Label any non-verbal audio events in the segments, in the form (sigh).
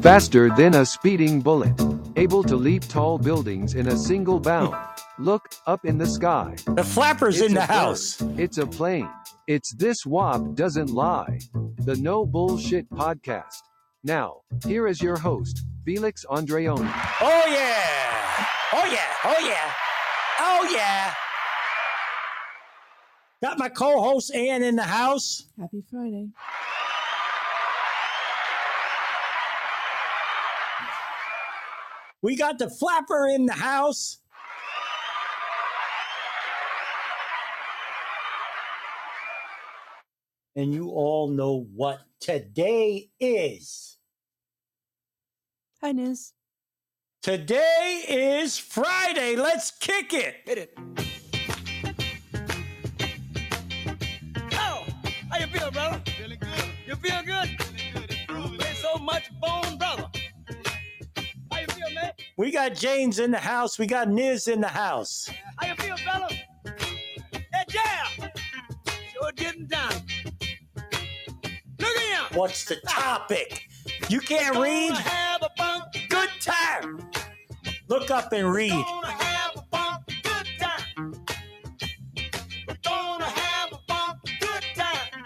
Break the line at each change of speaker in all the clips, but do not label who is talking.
Faster than a speeding bullet. Able to leap tall buildings in a single bound. Look, up in the sky.
The flapper's in
It's
the
a
house.
bird. It's a plane. It's this WAP doesn't lie. The No Bullshit Podcast. Now, here is your host, Felix Andreoni.
Oh yeah. Oh yeah. Oh yeah. Oh yeah. Got my co-host Ann in the house.
Happy Friday.
We got the flapper in the house. And you all know what today is.
Hi, Niz.
Today is Friday. Let's kick it.
Hit it. How? Oh, How you feel, brother? Feeling good. You feel good? Feeling good. There's so much bone, brother. How you feel, man?
We got James in the house. We got Niz in the house.
How you feel, fella? That jab. Sure getting down. Look at him.
What's the topic? You can't read?
Gonna have a bunk,
Good time. Look up and read.
gonna have a bunk, good time. We're gonna have a bunk, good time.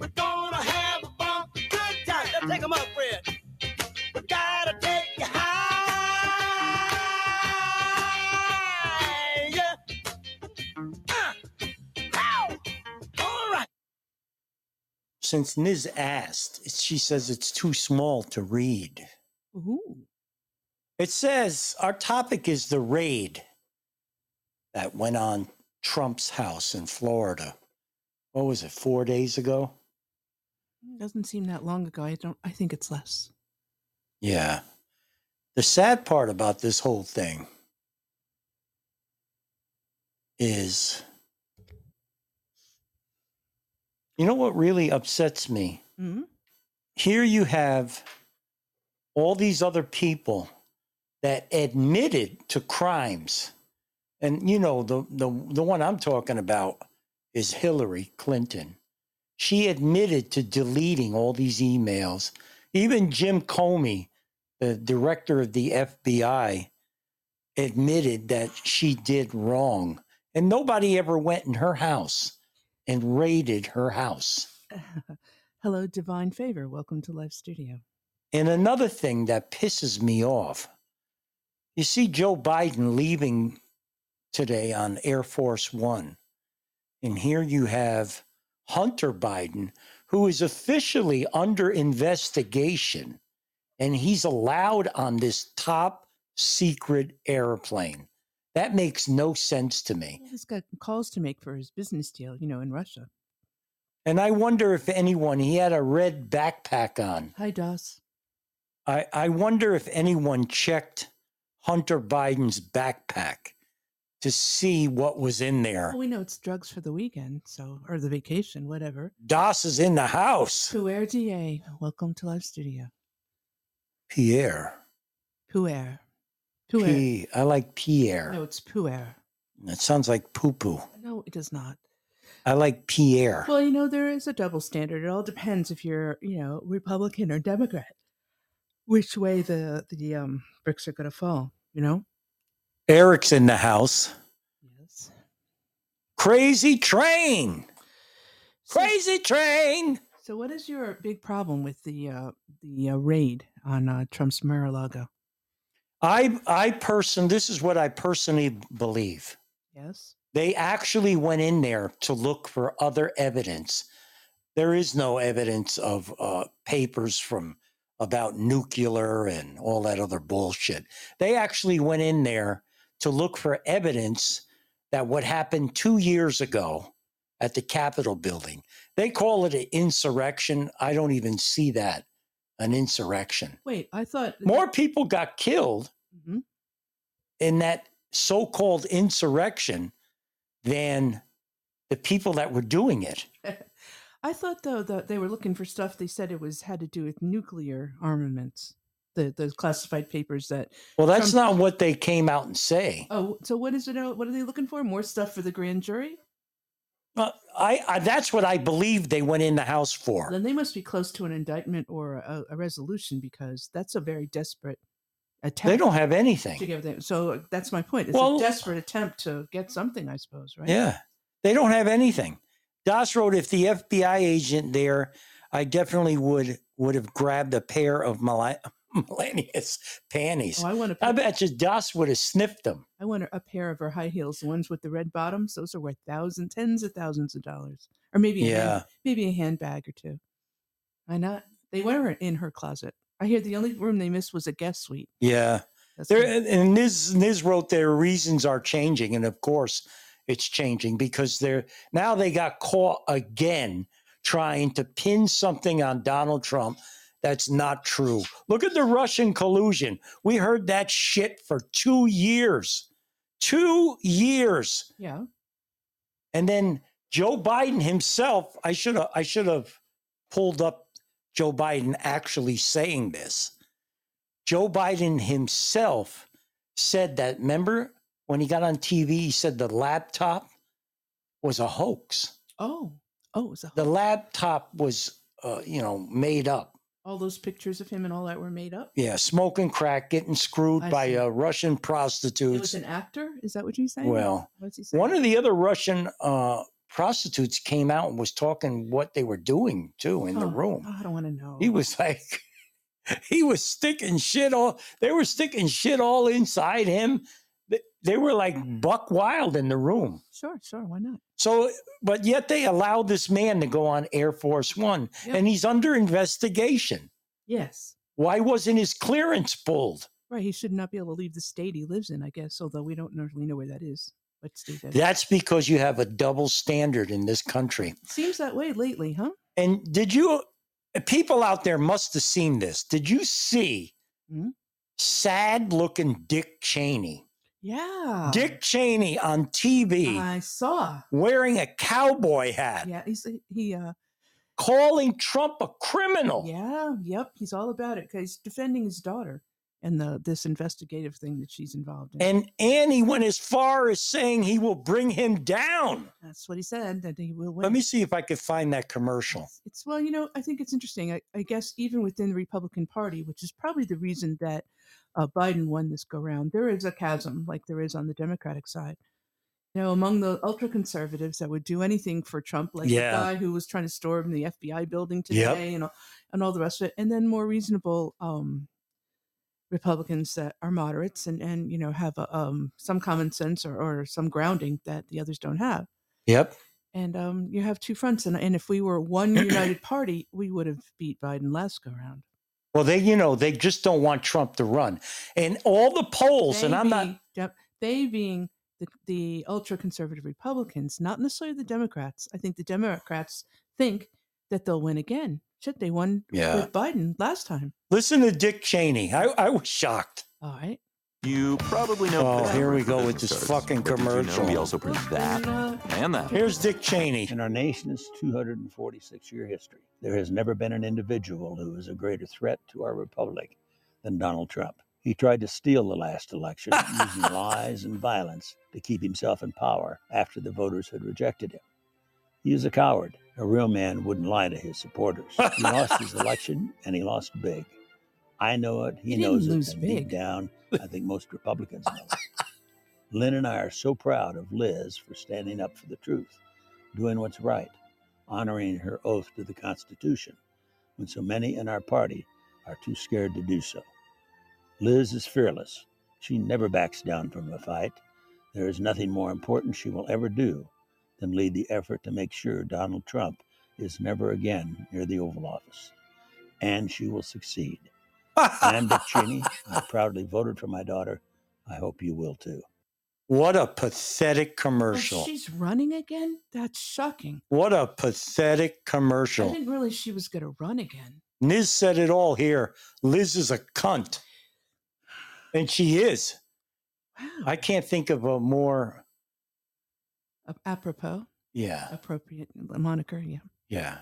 We're gonna have a bunk, good time. Now take 'em up, Fred. We gotta take you high. Yeah. Uh, how? All right.
Since Niz asked, she says it's too small to read.
Ooh.
It says our topic is the raid that went on Trump's house in Florida. What was it, four days ago?
Doesn't seem that long ago. I don't I think it's less.
Yeah. The sad part about this whole thing is you know what really upsets me?
Mm-hmm.
Here you have all these other people that admitted to crimes. And you know the the the one I'm talking about is Hillary Clinton. She admitted to deleting all these emails. Even Jim Comey, the director of the FBI, admitted that she did wrong. And nobody ever went in her house and raided her house.
Hello, Divine Favor. Welcome to Live Studio.
And another thing that pisses me off you see Joe Biden leaving today on Air Force One. And here you have Hunter Biden, who is officially under investigation, and he's allowed on this top secret airplane. That makes no sense to me.
He's got calls to make for his business deal, you know, in Russia.
And I wonder if anyone, he had a red backpack on.
Hi, Doss.
I, I wonder if anyone checked Hunter Biden's backpack to see what was in there.
Well, we know it's drugs for the weekend, so or the vacation, whatever.
Das is in the house.
Puer DA. Welcome to Live Studio.
Pierre.
Puer. Puer.
P. I like
No,
Pierre.
it's puer.
That sounds like poo poo.
No, it does not.
I like Pierre.
Well, you know, there is a double standard. It all depends if you're, you know, Republican or Democrat, which way the the um, bricks are going to fall. You know.
Eric's in the house.
Yes.
Crazy train.
So,
Crazy train.
so what is your big problem with the uh, the uh, raid on uh, Trump's Mar-a-Lago?
I I person this is what I personally believe.
Yes.
They actually went in there to look for other evidence. There is no evidence of uh, papers from about nuclear and all that other bullshit. They actually went in there to look for evidence that what happened two years ago at the Capitol building. They call it an insurrection. I don't even see that an insurrection.
Wait, I thought
More people got killed
Mhm.
in that so-called insurrection than the people that were doing it.
I thought though that they were looking for stuff. They said it was had to do with nuclear armaments. The the classified papers that.
Well, that's
Trump-
not what they came out and say.
uh, Oh, so what is it? What are they looking for? More stuff for the grand jury?
Uh, I, I that's what I believe they went in the house for.
Then they must be close to an indictment or a, a resolution because that's a very desperate attempt.
They don't have
to
anything.
give them. So uh, that's my point. It's
Well-
a desperate attempt to get something, I suppose, right?
Yeah, they don't have anything. Das wrote, if the FBI agent there, I definitely would would have grabbed a pair of (laughs) Mela- Melania's panties.
Oh, I want a
I
pair,
bet you Das would have sniffed them.
I want a pair of her high heels, the ones with the red bottoms. Those are worth thousands, tens of thousands of dollars, or maybe a hand,
Yeah,
maybe a handbag or two. Why not? They were in her closet. I hear the only room they missed was a guest suite.
yeah.
That's
There
not-
and Niz Niz wrote their reasons are changing, and of course it's changing because they're now they got caught again trying to pin something on Donald Trump that's not true. Look at the Russian collusion. We heard that shit for two years. Two years.
yeah.
And then Joe Biden himself, I should have I should have pulled up Joe Biden actually saying this. Joe Biden himself said that remember when he got on TV he said the laptop was a hoax.
Oh, oh, so
The laptop was uh, you know made up.
all those pictures of him and all that were made up.
Yeah, smoking crack, getting screwed
I
by
see.
uh, Russian
It was
prostitutes.
an actor. Is that what you're saying?
Well,
what's he saying?
One of the other Russian uh, prostitutes came out and was talking what they were doing too in the
Oh,
room.
oh, I don't want to know.
He was (laughs) like, he was sticking shit all. They were sticking shit all inside him. They, they were like buck wild in the room.
sure, sure. Why not?
So, but yet they allowed this man to go on Air Force One,
Yep.
and he's under investigation.
Yes.
Why wasn't his clearance pulled?
Right, he should not be able to leave the state he lives in, I guess, although we don't normally know where that is. What state that is.
That's because you have a double standard in this country.
Seems that way lately, huh?
And did you, people out there must have seen this. Did you see
Mhm.
sad looking Dick Cheney?
Yeah.
Dick Cheney on TV
I saw.
wearing a cowboy hat,
Uh-huh. Yeah, he's he uh
calling Trump a criminal.
yeah, yep, he's all about it cuz he's defending his daughter and the this investigative thing that she's involved in.
And Annie went as far as saying he will bring him down.
That's what he said that he will win.
Let me see if I could find that commercial.
It's- It's well, you know, I think it's interesting. I, I guess even within the Republican Party, which is probably the reason that uh, Biden won this go round, there is a chasm like there is on the Democratic side. You know, among the ultra conservatives that would do anything for Trump, like
Yeah.
the guy who was trying to storm the FBI building
Yep.
today and all, and all the rest of it, and then more reasonable um, Republicans that are moderates and and you know have a, um, some common sense or, or some grounding that the others don't have
Yep.
and um, you have two fronts. And, and if we
(clears throat)
were one united party, we would have beat Biden last go round.
Well, they, you know, they just don't want Trump to run. And all the polls, and I'm not,
They being the, the ultra conservative Republicans, not necessarily the Democrats. I think the Democrats think that they'll win again. Shit, they won
yeah.
with Biden last time.
Listen to Dick Cheney. I, I was shocked.
All right.
You probably know.
Oh,
Chris
here we
Hemsworth
go
from
with this
Business Cards,
fucking
but did you know
commercial.
We also print
Look,
that
and, uh,
and that.
Here's Dick Cheney.
In our nation's 246 year history, there has never been an individual who is a greater threat to our republic than Donald Trump. He tried to steal the
(laughs)
last election using lies and violence to keep himself in power after the voters had rejected him. He is a coward. A real man wouldn't lie to his supporters. He lost
(laughs)
his election and he lost big. I know it. He,
He didn't
knows it.
lose
and
big.
deep down, I
(laughs)
think most Republicans know it. Lynn and I are so proud of Liz for standing up for the truth, doing what's right, honoring her oath to the Constitution when so many in our party are too scared to do so. Liz is fearless. She never backs down from a fight. There is nothing more important she will ever do than lead the effort to make sure Donald Trump is never again near the Oval Office. And she will succeed.
(laughs)
I'm Dick Cheney. I proudly voted for my daughter. I hope you will too.
what a pathetic
oh,
commercial.
she's running again? That's shocking.
What a pathetic
I
commercial.
didn't realize she was going to run again.
Niz said it all here. Liz is a cunt. And she is.
Wow.
I can't think of a more,
Ap- Apropos,
yeah,
appropriate moniker. Yeah.
yeah.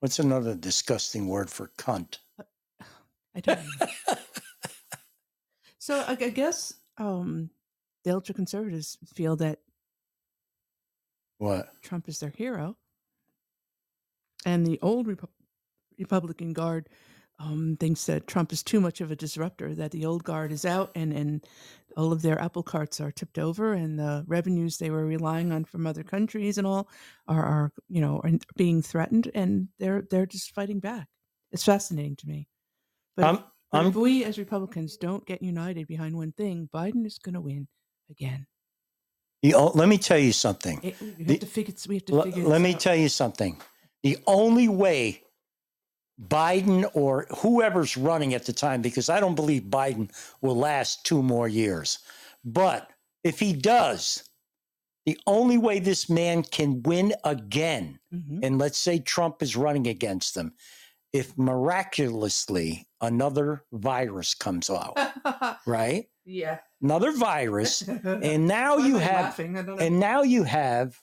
What's another disgusting word for cunt?
I don't know. So I, I guess um, the ultra conservatives feel that
What?
Trump is their hero. And the old Repu- Republican Guard um, thinks that Trump is too much of a disruptor, that the old guard is out and, and all of their apple carts are tipped over and the revenues they were relying on from other countries and all are, are you know, are being threatened and they're they're just fighting back. It's fascinating to me. But if-
I'm,
but
I'm
if we as Republicans don't get united behind one thing, Biden is going to win again.
the, o- let me tell you something.
It, we have
The-
to figure. We have to
L-
figure.
let
this
me
out.
tell you something. The only way Biden or whoever's running at the time, because I don't believe Biden will last two more years, but if he does, the only way this man can win again,
Mhm.
and let's say Trump is running against him, if miraculously another virus comes
(laughs)
out, (laughs)
Mm-hmm.
right?
yeah.
Another virus.
(laughs)
And now
Why am
Oh, you
I
have
laughing? I don't know.
and now you have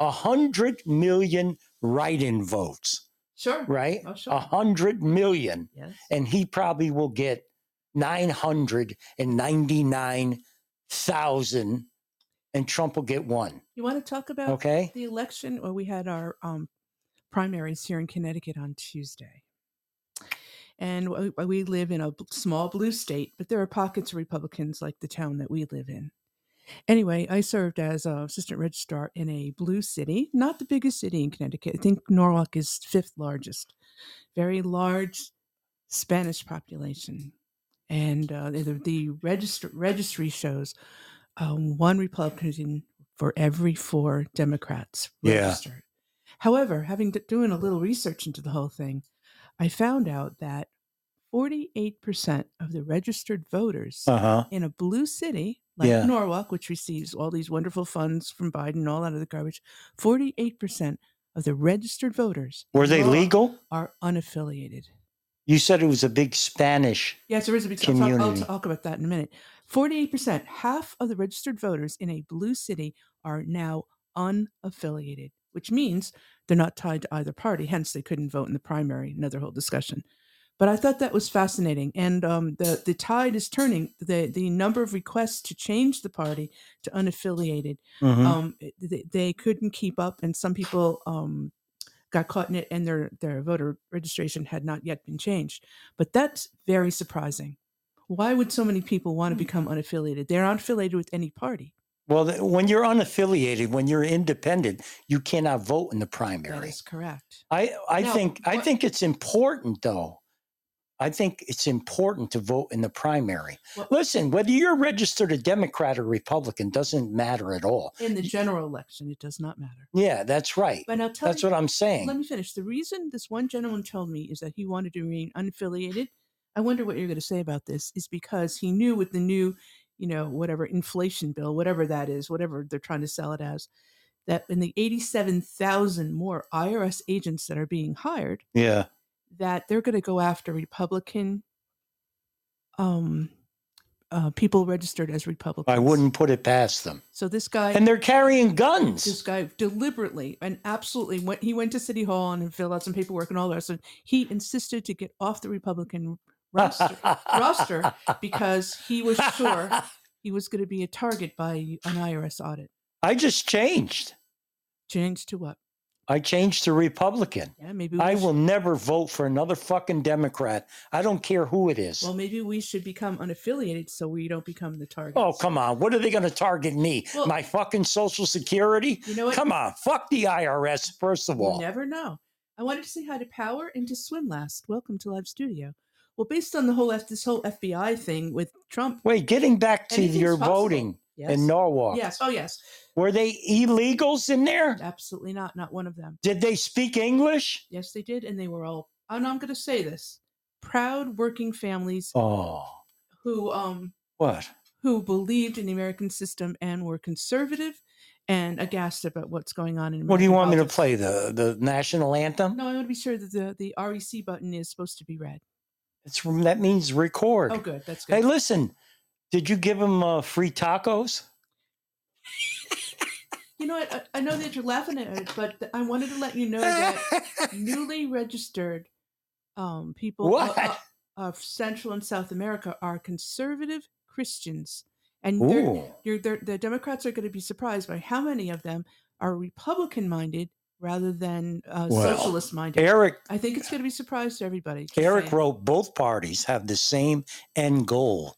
a hundred million write-in votes,
sure.
right? Uh-huh.
Oh,
A
sure.
hundred million,
Yes.
and he probably will get nine hundred and ninety-nine thousand, and Trump will get one.
You want to talk about
Okay,
the election? Well, we had our um, primaries here in Connecticut on Tuesday. And w- we live in a b- small blue state, but there are pockets of Republicans like the town that we live in. Anyway, I served as a assistant registrar in a blue city, not the biggest city in Connecticut. I think Norwalk is fifth largest, very large Spanish population. And uh, the, the register, registry shows um, one Republican for every four Democrats
Yeah.
registered. However, having d- doing a little research into the whole thing, I found out that 48% of the registered voters
uh huh.
in a blue city like
Yeah.
Norwalk, which receives all these wonderful funds from Biden and all that other garbage, 48% of the registered voters in
Were they
Norwalk
legal?
are unaffiliated.
You said it was a big Spanish.
Yes, there is a big I'll talk, I'll
Community.
talk about that in a minute. 48%, half of the registered voters in a blue city are now unaffiliated, which means they're not tied to either party. Hence, they couldn't vote in the primary. Another whole discussion. But I thought that was fascinating. And um, the, the tide is turning. The, the number of requests to change the party to unaffiliated
Mhm.
um, it- they, they couldn't keep up, and some people um, got caught in it, and their their voter registration had not yet been changed. But that's very surprising. Why would so many people want to become unaffiliated? They're not affiliated with any party.
Well, th- when you're unaffiliated, when you're independent, you cannot vote in the
That
primary.
is correct.
I I
Now,
think I
what-
think it's important though. I think it's important to vote in the primary.
Well-
Listen, whether you're registered a Democrat or Republican doesn't matter at all.
In the general election, it does not matter.
Yeah, that's right.
But I'll tell
That's
you,
what I'm
let
saying.
me finish. The reason this one gentleman told me is that he wanted to remain unaffiliated. I wonder what you're going to say about this. Is because he knew with the new, you know, whatever inflation bill, whatever that is, whatever they're trying to sell it as, that in the 87,000 more IRS agents that are being hired,
Yeah.
that they're going to go after Republican um, uh, people registered as Republicans.
I wouldn't put it past them.
So this guy
And they're carrying
this
guns.
guy deliberately and absolutely went he went to city hall and filled out some paperwork and all that so he insisted to get off the republican
(laughs)
roster roster because he was sure he was going to be a target by an irs audit
I just changed.
change to what
I changed to Republican.
yeah maybe we
I
should-
will never vote for another fucking Democrat. I don't care who it is.
well maybe we should become unaffiliated so we don't become the target
Oh, come on. What are they going to target me?
Well-
My fucking Social Security?
you know what
Come on. Fuck the IRS, first of
You
all.
never know. I wanted to say hi to Power and to Swim Last. Welcome to Live Studio. Well, based on the whole F- this whole FBI thing with Trump
Wait, getting back to
Anything's
your
possible.
voting
yes,
in Norwalk,
yes, oh yes,
were they illegals in there?
Absolutely not. Not one of them.
Did they speak English?
Yes, they did. And they were all, and I'm going to say this proud working families
Oh,
who, um,
what?
who believed in the American system and were conservative and aghast about what's going on in America.
What do you want me to play? The the national anthem?
No, I want to be sure that the, the REC button is supposed to be red.
It's from that means record.
Oh, good. That's good.
Hey, listen, did you give them uh, free tacos?
you know what? I, I know that you're laughing at it, but th- I wanted to let you
(laughs)
know that newly registered um, people o-
What?
o- of Central and South America are conservative Christians. And they're,
Ooh,
you're, they're, the Democrats are going to be surprised by how many of them are Republican minded rather than uh,
Well,
socialist minded.
Eric
I think it's going to be a surprise to everybody. Just
Eric
saying.
wrote both parties have the same end goal,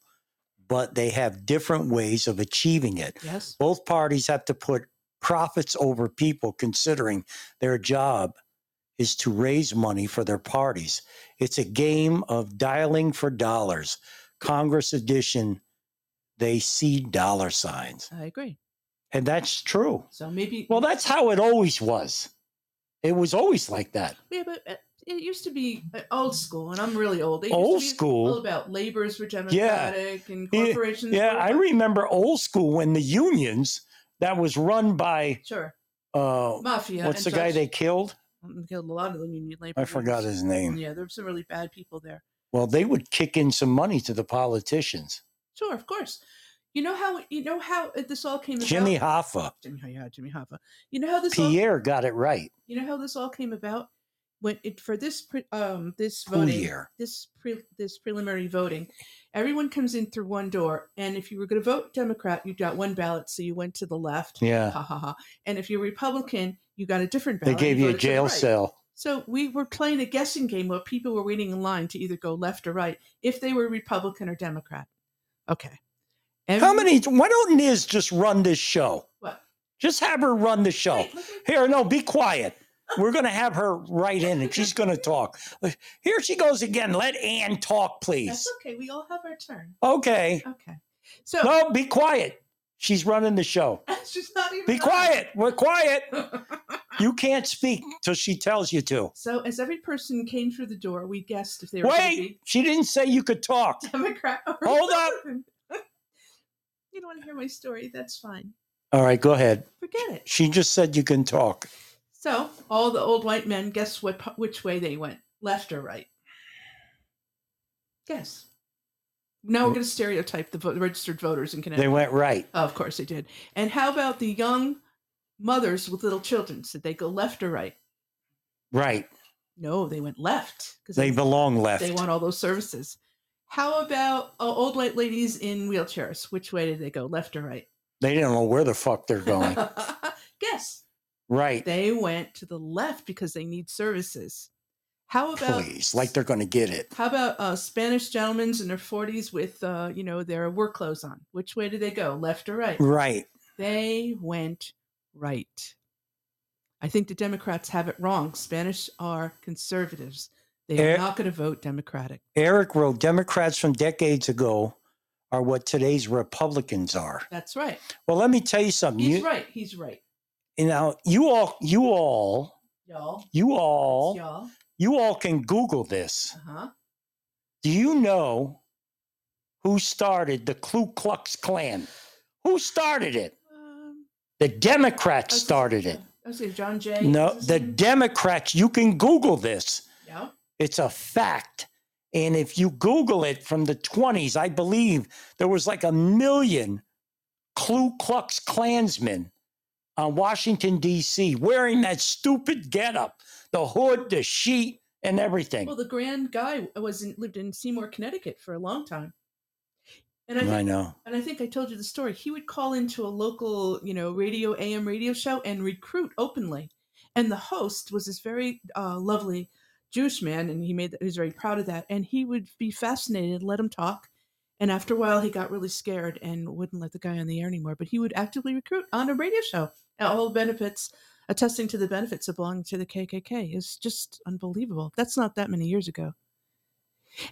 but they have different ways of achieving it.
Yes.
Both parties have to put profits over people, considering their job is to raise money for their parties. It's a game of dialing for dollars. Congress edition, they see dollar signs.
I agree.
And that's true.
So maybe.
Well, that's how it always was. It was always like that.
Yeah, but uh, it used to be uh, old school, and I'm really old. It used
Old
to be
school?
all about labor's were democratic and corporations.
Yeah,
were- (laughs)
I remember old school when the unions that was run by
Sure,
uh,
mafia.
what's the
and
guy
such.
they killed?
Um, killed a lot of the union labor.
I forgot
leaders.
his name.
Yeah, there were some really bad people there.
Well, they would kick in some money to the politicians.
Sure, of course. You know how you know how it- this all came
Jimmy
about.
Hoffa,
Jimmy, Ho- yeah, Jimmy Hoffa. You know how this all,
Pierre got it right.
you know how this all came about when it for this pre, um this voting
Pierre.
this pre, this preliminary voting. Everyone comes in through one door, and if you were going to vote Democrat, you got one ballot, so you went to the left.
Yeah,
Ha ha ha. And if you're Republican, you got a different
they
ballot.
gave you a
voted to the
jail
right.
cell.
So we were playing a guessing game where people were waiting in line to either go left or right if they were Republican or Democrat. Okay.
How
Every-
many? Why don't Niz just run this show?
What?
Just have her run the show.
Wait, let me-
Here, no, be
(laughs)
quiet. We're going to have her right in and she's going to talk. Here she goes again. Let Ann talk, please.
(laughs) That's okay. We all have our turn.
Okay.
Okay. So
No, be quiet. She's running the show.
(laughs) it's just not even.
Be quiet. We're quiet.
quiet.
You can't speak till she tells you to.
(laughs) so as every person came through the door, we guessed if they were going to
Wait,
be
she didn't say you could
(laughs)
talk.
Democrat or
Hold up.
Republican. (laughs) you don't want to hear my story. That's fine.
All right, go ahead.
Forget it.
She just said you can talk.
So all the old white men, guess what? pu- Which way they went, left or right? Guess. Now we're going to stereotype the, vote, the registered voters in
They
Connecticut.
went right.
of course they did. And how about the young mothers with little children? Did they go left or right?
Right.
No, they went left because
They belong left.
they want all those services. How about uh, old white ladies in wheelchairs? Which way did they go, left or right?
They don't know where the fuck they're
(laughs)
going.
Guess.
Right.
They went to the left because they need services. How about
Please, like they're going to get it.
How about uh, Spanish gentlemen in their 40s with, uh, you know, their work clothes on? Which way did they go, left or right?
Right.
They went right. I think the Democrats have it wrong. Spanish are conservatives. They are
Eh.
not going to vote Democratic.
Eric wrote Democrats from decades ago are what today's Republicans are.
That's right.
Well, let me tell you something.
He's
You,
right. He's right.
you know, you all, you all,
Y'all.
you
It's
all,
Y'all.
you all can Google this.
Uh huh.
Do you know who started the Ku Klux Klan? Who started it?
Um,
The
I
Democrats
was-
started it.
I was gonna say John Jay.
No,
is his
the
name?
Democrats, you can Google this.
Yeah.
It's a fact. And if you Google it from the 20s, I believe there was like a million Ku Klux Klansmen on Washington, D.C., wearing that stupid getup, the hood, the sheet, and everything.
Well, the grand guy was in, lived in Seymour, Connecticut for a long time. And I think
I know.
and I think I told you the story. He would call into a local, you know, radio AM radio show and recruit openly. And the host was this very uh, lovely Jewish man, and he made he was very proud of that. And he would be fascinated, let him talk. And after a while, he got really scared and wouldn't let the guy on the air anymore. But he would actively recruit on a radio show. And All the benefits, attesting to the benefits of belonging to the KKK, is just unbelievable. That's not that many years ago.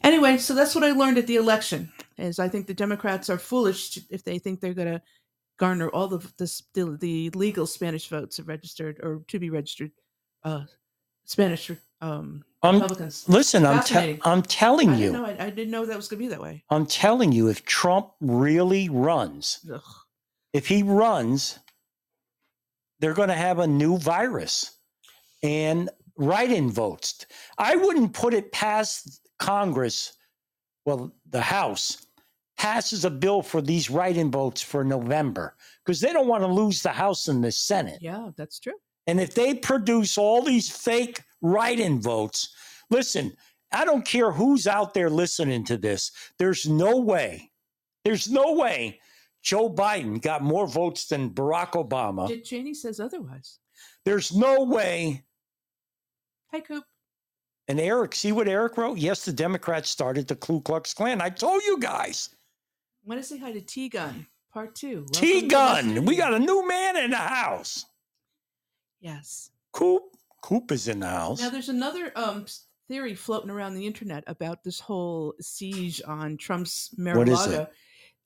Anyway, so that's what I learned at the election is I think the Democrats are foolish to- if they think they're going to garner all the the, s- the the legal Spanish votes of registered or to be registered uh, Spanish um,
Um,
Republicans.
listen, I'm, te-
Fascinating.
I'm
I
telling
didn't
you,
know. I, I didn't know that was going to be that way.
I'm telling you, if Trump really runs,
Ugh.
if he runs, they're going to have a new virus and write in votes. I wouldn't put it past Congress, well, the House passes a bill for these write in votes for November because they don't want to lose the House and the Senate.
Yeah, that's true.
And if they produce all these fake write in votes, listen, I don't care who's out there listening to this. There's no way, there's no way Joe Biden got more votes than Barack Obama.
Dick Cheney says otherwise.
There's no way.
Hi, Coop.
And Eric, see what Eric wrote? Yes, the Democrats started the Ku Klux Klan. I told you guys.
want to say hi to T Gun, part two. Welcome to
T
the
Gun.
studio.
We got a new man in the house.
Yes.
Coop. Coop is in the house.
Now, there's another um, s- theory floating around the internet about this whole siege on Trump's
What is it?
Mar-a-Lago,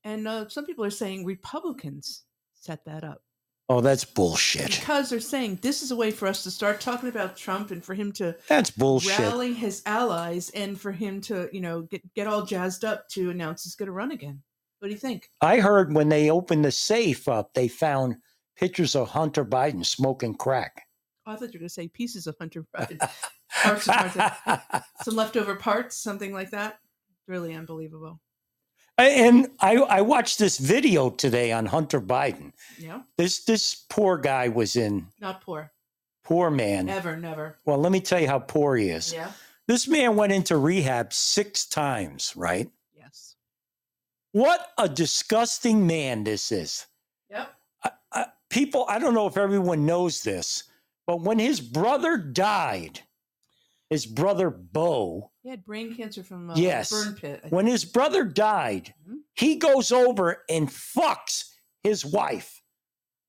and uh, some people are saying Republicans set that up
Oh, that's bullshit.
(laughs) because they're saying this is a way for us to start talking about Trump and for him to
That's bullshit.
rally his allies and for him to, you know, get get all jazzed up to announce he's going to run again. What do you think?
I heard when they opened the safe up, they found pictures of Hunter Biden smoking crack.
Oh, I thought you were going to say pieces of Hunter
(laughs)
Biden, Parts of Hunter. some leftover parts, something like that. Really unbelievable.
and I, I watched this video today on Hunter Biden.
Yeah,
This this poor guy was in
not poor.
poor man.
Never, never.
Well, let me tell you how poor he is.
Yeah.
This man went into rehab six times, right?
Yes.
What a disgusting man this is.
Yep.
I, I, people, I don't know if everyone knows this, but when his brother died, his brother Bo,
He had brain cancer from uh,
Yes.
burn pit. I
when his brother died,
Mhm.
he goes over and fucks his wife.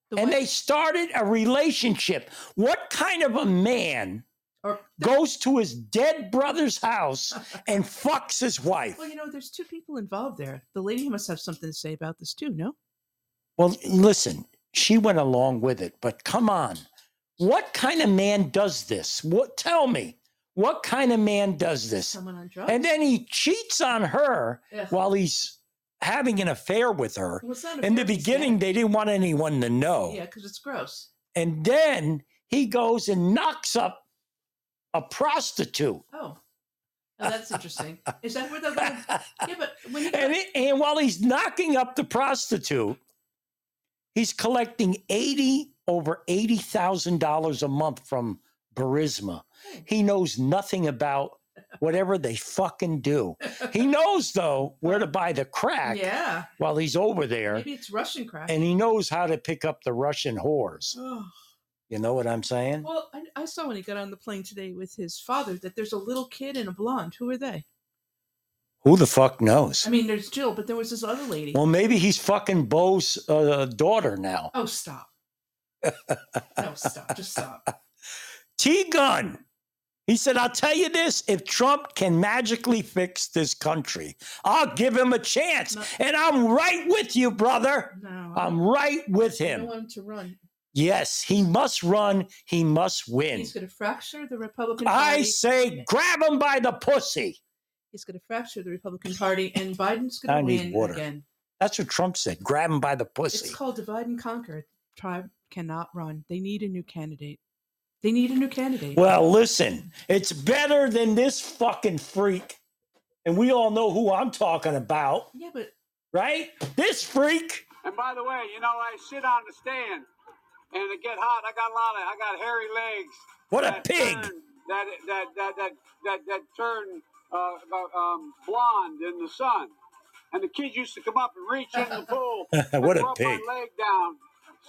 think. The
and
wife-
they started a relationship. What kind of a man
or,
goes to his dead brother's
(laughs)
house and fucks his wife?
well, you know, there's two people involved there. The lady must have something to say about this too. No.
Well, listen, she went along with it, but come on. What kind of man does this? What tell me. What kind of man does this?
Someone on drugs.
And then he cheats on her
Ugh.
while he's having an affair with her.
Well, it's not a
In the
very
beginning, they didn't want anyone to
sad- yeah,
know.
because it's gross.
And then he goes and knocks up a prostitute. (laughs)
Oh. Oh, that's interesting. Is that where the
(laughs)
yeah? But when he
And, it, and while he's knocking up the prostitute, he's collecting eighty over eighty thousand dollars a month from Barisma. He knows nothing about whatever they fucking do. He knows though where to buy the crack
yeah,
while he's over there,
maybe it's Russian crack.
and he knows how to pick up the Russian whores.
Oh.
You know what I'm saying?
Well, I, I saw when he got on the plane today with his father that there's a little kid and a blonde. Who are they?
Who the fuck knows?
I mean, there's Jill, but there was this other lady.
Well, maybe he's fucking Bo's uh, daughter now.
Oh, stop. no, stop. Just stop.
T Gun. He said, I'll tell you this if Trump can magically fix this country, I'll give him a chance.
No.
And I'm right with you, brother.
No.
I'm right with
I don't
him.
want him to run.
Yes, he must run. He must win.
He's going to fracture the Republican Party.
I say, grab him by the pussy.
He's going to fracture the Republican Party, and Biden's
I
going to
need
win
water.
again.
That's what Trump said. Grab him by the
It's
pussy.
called divide and conquer. Tribe cannot run. They need a new candidate. They need a new candidate.
Well, listen, it's better than this fucking freak. And we all know who I'm talking about,
Yeah, but
right? This freak.
And by the way, you know I sit on the stand, and it get hot. I got a lot of I got hairy legs.
What a
that
pig. (laughs)
Turn, that that that that that that turn uh, about, um, blonde in the sun. And the kids used to come up and reach in
(laughs)
the pool. and
What a
rub
pig.
My leg down,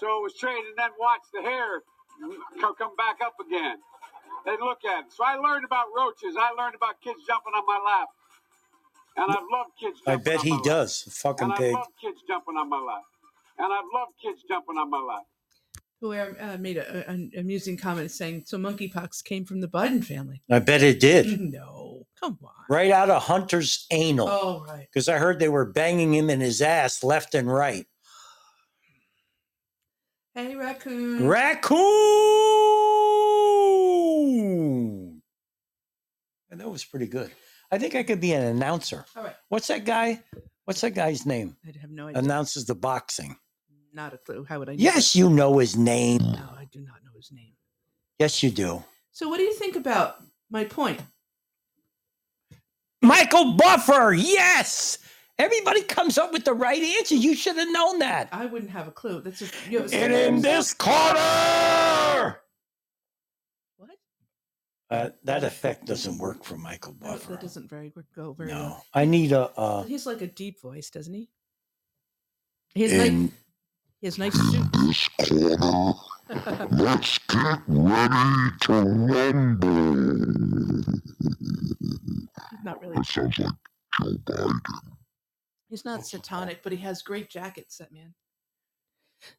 so it was straight, and then watch the hair co- come back up again. And look at it. So I learned about roaches. I learned about kids jumping on my lap. And I've loved kids.
I
jumping
bet
on
he
my lap.
does. Fucking
And I
pig.
love kids jumping on my lap. And I love kids jumping on my lap.
who uh, made a, a- an amusing comment saying, so monkeypox came from the Biden family.
I bet it did.
(clears throat) No, come on.
Right out of Hunter's anal.
All right.
Because I heard they were banging him in his ass left and right.
Hey, raccoon.
Mm. Raccoon! And that was pretty good. I think I could be an announcer.
All right.
What's that guy? What's that guy's name?
I have no idea.
Announces the boxing.
Not a clue. How would I know?
Yes, you know his name.
No, I do not know his name.
Yes, you do.
So, what do you think about my point?
Michael Buffer. Yes. Everybody comes up with the right answer. You should have known that.
I wouldn't have a clue. That's a, you have a
And in this corner.
what?
Uh, that effect doesn't work for Michael
No,
Buffer.
that doesn't very go very
no,
well.
I need a. Uh,
He's like a deep voice, doesn't he? He has, nice,
in
he has nice suits.
this corner. Let's get ready to rumble.
He's not really.
That sounds like Joe Biden.
He's not satanic, but he has great jackets, that man.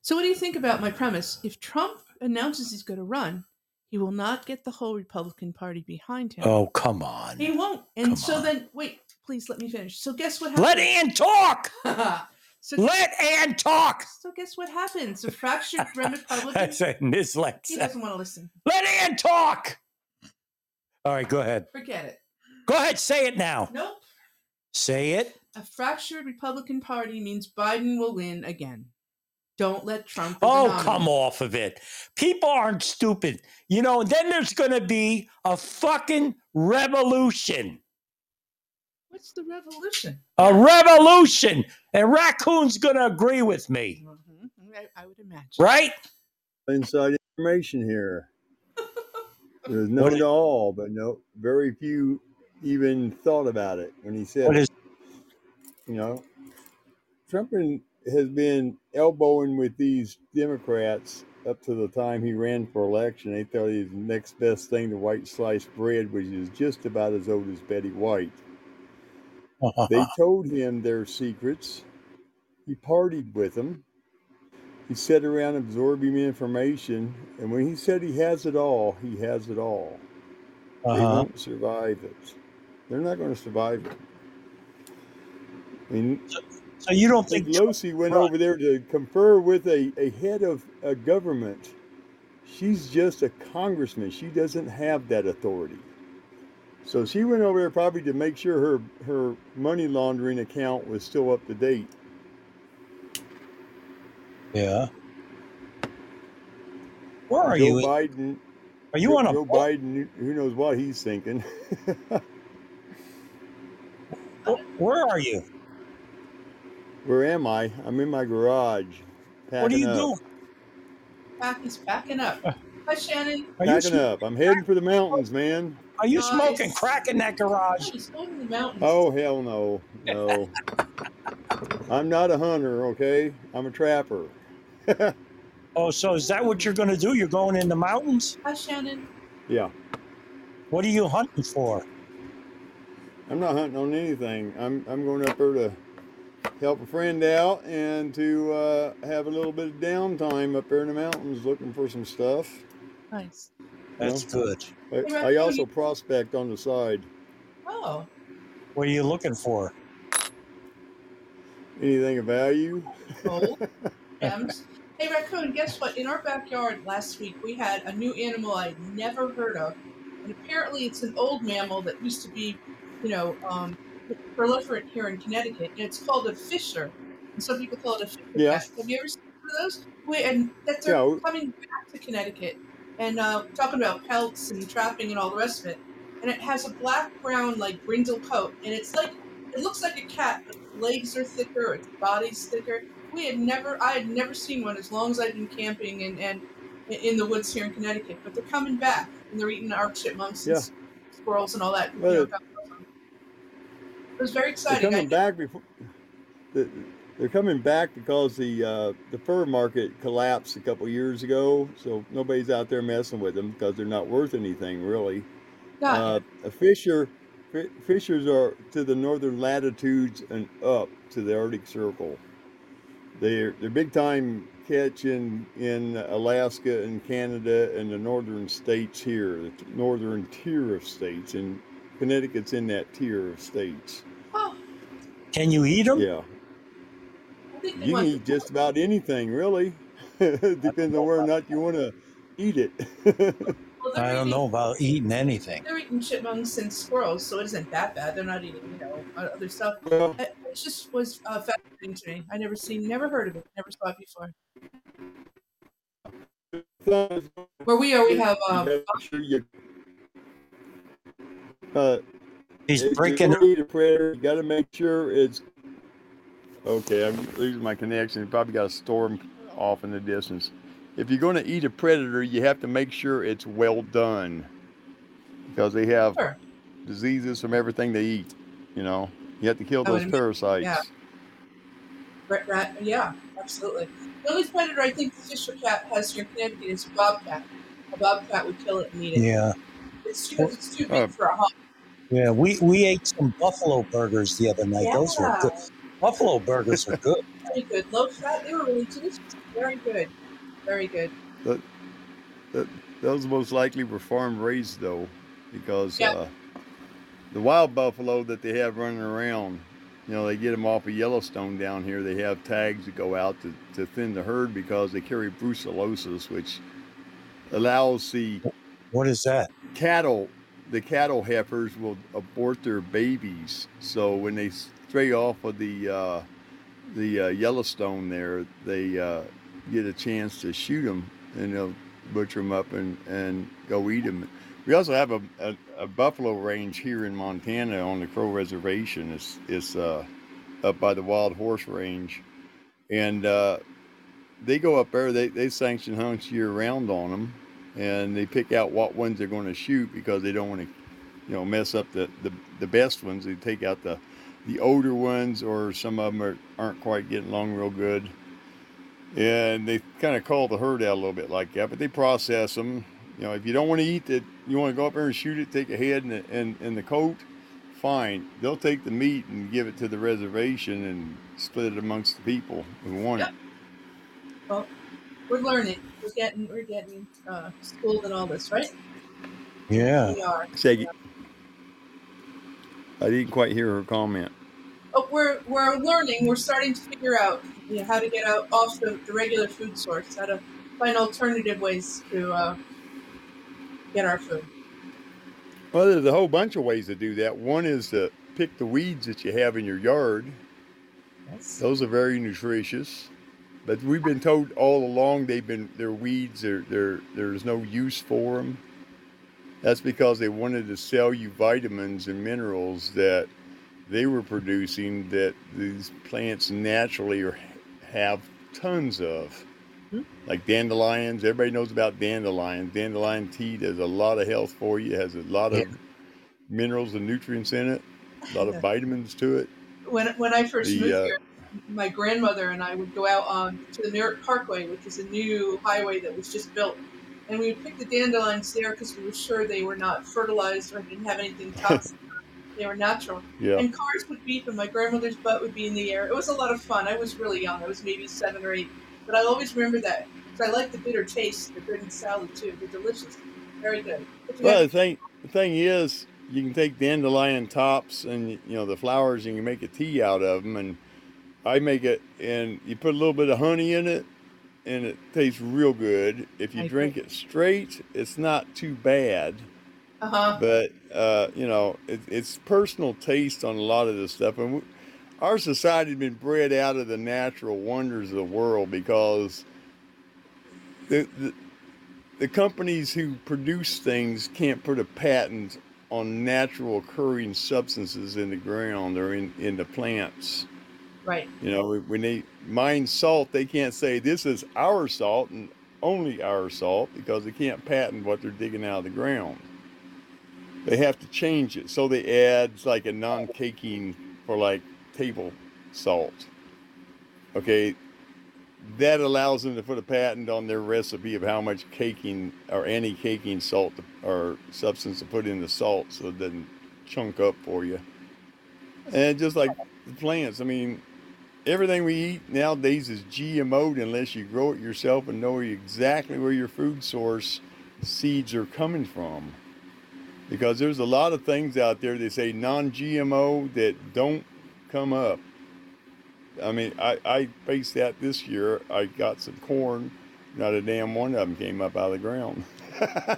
So, what do you think about my premise? If Trump announces he's going to run, he will not get the whole Republican Party behind him.
Oh, come on.
He won't.
Come
And so
on.
then, wait, please let me finish. So, guess what
Let
happened?
Ann talk.
(laughs) so,
Let Ann talk.
so, guess what happens?
(laughs)
A fractured Republican.
That's a
He
mislex.
doesn't want to listen.
Let Ann talk. All right, go ahead.
Forget it.
Go ahead, say it now.
Nope.
Say it.
A fractured Republican Party means Biden will win again. Don't let Trump. be the
Oh,
nominee.
come off of it. People aren't stupid. You know, and then there's going to be a fucking revolution.
What's the revolution?
A revolution. And Raccoon's going to agree with me,
Mhm. I, I would imagine.
right?
Inside information here.
(laughs)
There's known to all, but no, very few even thought about it when he said,
What
it,
is
you know, Trump in- has been elbowing with these Democrats up to the time he ran for election. They thought he was the next best thing to white sliced bread, which is just about as old as Betty White.
Uh-huh,
They told him their secrets. He partied with them. He sat around absorbing information. And when he said he has it all, he has it all. They
Uh-huh.
won't survive it. They're not going to survive it. I mean,
So you don't think
Pelosi went
Right.
over there to confer with a, a head of a government. She's just a congressman. She doesn't have that authority. So she went over there probably to make sure her, her money laundering account was still up to date.
Yeah. Where are
Joe
you?
Biden,
Are you
Joe,
on a
Joe
boat?
Biden, who knows what he's thinking. (laughs)
Wh- Where are you?
Where am I? I'm in my garage, packing
What are you
up.
doing?
Back, he's
(laughs)
backing up. Hi, Shannon.
Are you
Packing
sm-
up. I'm heading for the mountains, man.
are you
Nice.
smoking crack in that garage?
Oh, he's going to the mountains.
Oh hell no, no. I'm not a hunter, okay? I'm a trapper.
Oh, so is that what you're going to do? You're going in the mountains?
Hi, Shannon.
Yeah,
What are you hunting for?
I'm not hunting on anything. I'm I'm going up there to help a friend out and to uh, have a little bit of downtime up there in the mountains looking for some stuff.
Nice.
That's good.
I,
Hey,
I
Raccoon,
also
you-
prospect on the side.
Oh,
What are you looking for?
Anything of value?
gold. Gems. Hey, Raccoon, guess what? In our backyard last week, we had a new animal I'd never heard of. And apparently, it's an old mammal that used to be, you know, um, proliferant here in Connecticut. And it's called a fisher. And some people call it a fisher.
Yeah.
cat. Have you ever seen one of those? We, and that they're
Yeah, we-
coming back to Connecticut and uh, talking about pelts and trapping and all the rest of it. And it has a black brown, like, brindle coat. And it's like, it looks like a cat, but its legs are thicker, its body's thicker. We had never, I had never seen one as long as I've been camping and, and in the woods here in Connecticut. But they're coming back and they're eating our chipmunks and
Yeah.
squirrels and all that. you
Well,
know,
it-
got- it was very
They're
exciting. I
coming back before. the- They're coming back because the uh, the fur market collapsed a couple years ago, so nobody's out there messing with them because they're not worth anything really.
got
Uh, a fisher, fi- fishers are to the northern latitudes and up to the Arctic Circle. They're they're big time catch in in Alaska and Canada and the northern states here, the t- northern tier of states, and Connecticut's in that tier of states.
oh,
Can you eat them?
Yeah.
I think they
You can
want
eat just about anything, really. (laughs) Depends on whether or not you want to eat it. (laughs)
well, they're
I don't
eating,
know about eating anything.
They're eating chipmunks and squirrels, so it isn't that bad. They're not eating, you know, o- other stuff.
well,
I- It just was uh, fascinating to me. I never seen, never heard of it, never saw it before.
sometimes
Where we are, we
you
have um,
gotta (laughs) make sure you- uh,
He's
if you're
breaking.
gonna eat a predator, you got to make sure it's okay. I'm losing my connection. Probably got a storm off in the distance. If you're going to eat a predator, you have to make sure it's well done because they have
sure.
diseases from everything they eat. You know, you have to kill
I would
those
imagine,
parasites.
yeah. Rat, rat, yeah, absolutely. The only predator I think the Fisher cat has here in Connecticut is a bobcat. A bobcat would kill it and eat it.
Yeah. Uh,
It's too, it's too big for a hawk.
Yeah, we, we ate some buffalo burgers the other night. Those were good. Buffalo burgers are good.
Very good. Low fat. They were really delicious. Very good. Very good.
That, that, those most likely were farm raised though, because
Yeah.
uh, the wild buffalo that they have running around, you know, they get them off of Yellowstone down here. They have tags that go out to, to thin the herd because they carry brucellosis, which allows the
What is that?
cattle the cattle heifers will abort their babies so when they stray off of the uh, the uh, Yellowstone there they uh, get a chance to shoot them and they'll butcher them up and, and go eat them we also have a, a, a buffalo range here in Montana on the Crow Reservation it's, it's uh, up by the Wild Horse Range and uh, they go up there. They they sanction hunts year round on them, and they pick out what ones they're going to shoot because they don't want to, you know, mess up the, the the best ones. They take out the the older ones, or some of them are, aren't quite getting along real good. And they kind of call the herd out a little bit like that, but they process them. You know, if you don't want to eat it, you want to go up there and shoot it, take a head and the, and, and the coat, fine. They'll take the meat and give it to the reservation and split it amongst the people who want it.
Well, we're learning. We're getting we're getting uh, schooled in all this, right?
Yeah.
We are.
Say, I didn't quite hear her comment.
Oh, we're we're learning. We're starting to figure out you know, how to get out off the, the regular food source. How to find alternative ways to uh, get our food.
Well, there's a whole bunch of ways to do that. One is to pick the weeds that you have in your yard. Those are very nutritious. But we've been told all along they've been they're weeds. They're, they're, there's no use for them. That's because they wanted to sell you vitamins and minerals that they were producing that these plants naturally are, have tons of. like dandelions. Everybody knows about dandelions. Dandelion tea does a lot of health for you. It has a lot of minerals and nutrients in it, a lot of vitamins to it.
When when I first
The
moved
uh,
here, my grandmother and I would go out on to the Merritt Parkway, which is a new highway that was just built, and we would pick the dandelions there because we were sure they were not fertilized or didn't have
(laughs)
anything toxic. they were natural.
Yeah.
And cars would beep, and my grandmother's butt would be in the air. It was a lot of fun. I was really young. I was maybe seven or eight, but I always remember that 'cause I like the bitter taste. The bread and salad too. They're delicious. Very good. But you
well,
have-
the thing the thing is, you can take dandelion tops and you know the flowers, and you can make a tea out of them. And I make it, and you put a little bit of honey in it, and it tastes real good. If you
I
drink it straight, it's not too bad.
uh-huh.
but uh, you know it, it's personal taste on a lot of this stuff and we, our society has been bred out of the natural wonders of the world because the, the, the companies who produce things can't put a patent on natural occurring substances in the ground or in, in the plants
Right.
you know when they mine salt they can't say this is our salt and only our salt because they can't patent what they're digging out of the ground they have to change it. So they add like a non-caking for like table salt. Okay, that allows them to put a patent on their recipe of how much caking or any caking salt to- or substance to put in the salt so it doesn't chunk up for you. And just like the plants, I mean, everything we eat nowadays is GMO'd unless you grow it yourself and know exactly where your food source seeds are coming from because there's a lot of things out there that say non-GMO that don't come up. I mean, I, I faced that this year. I got some corn, not a damn one of them came up out of the ground. (laughs)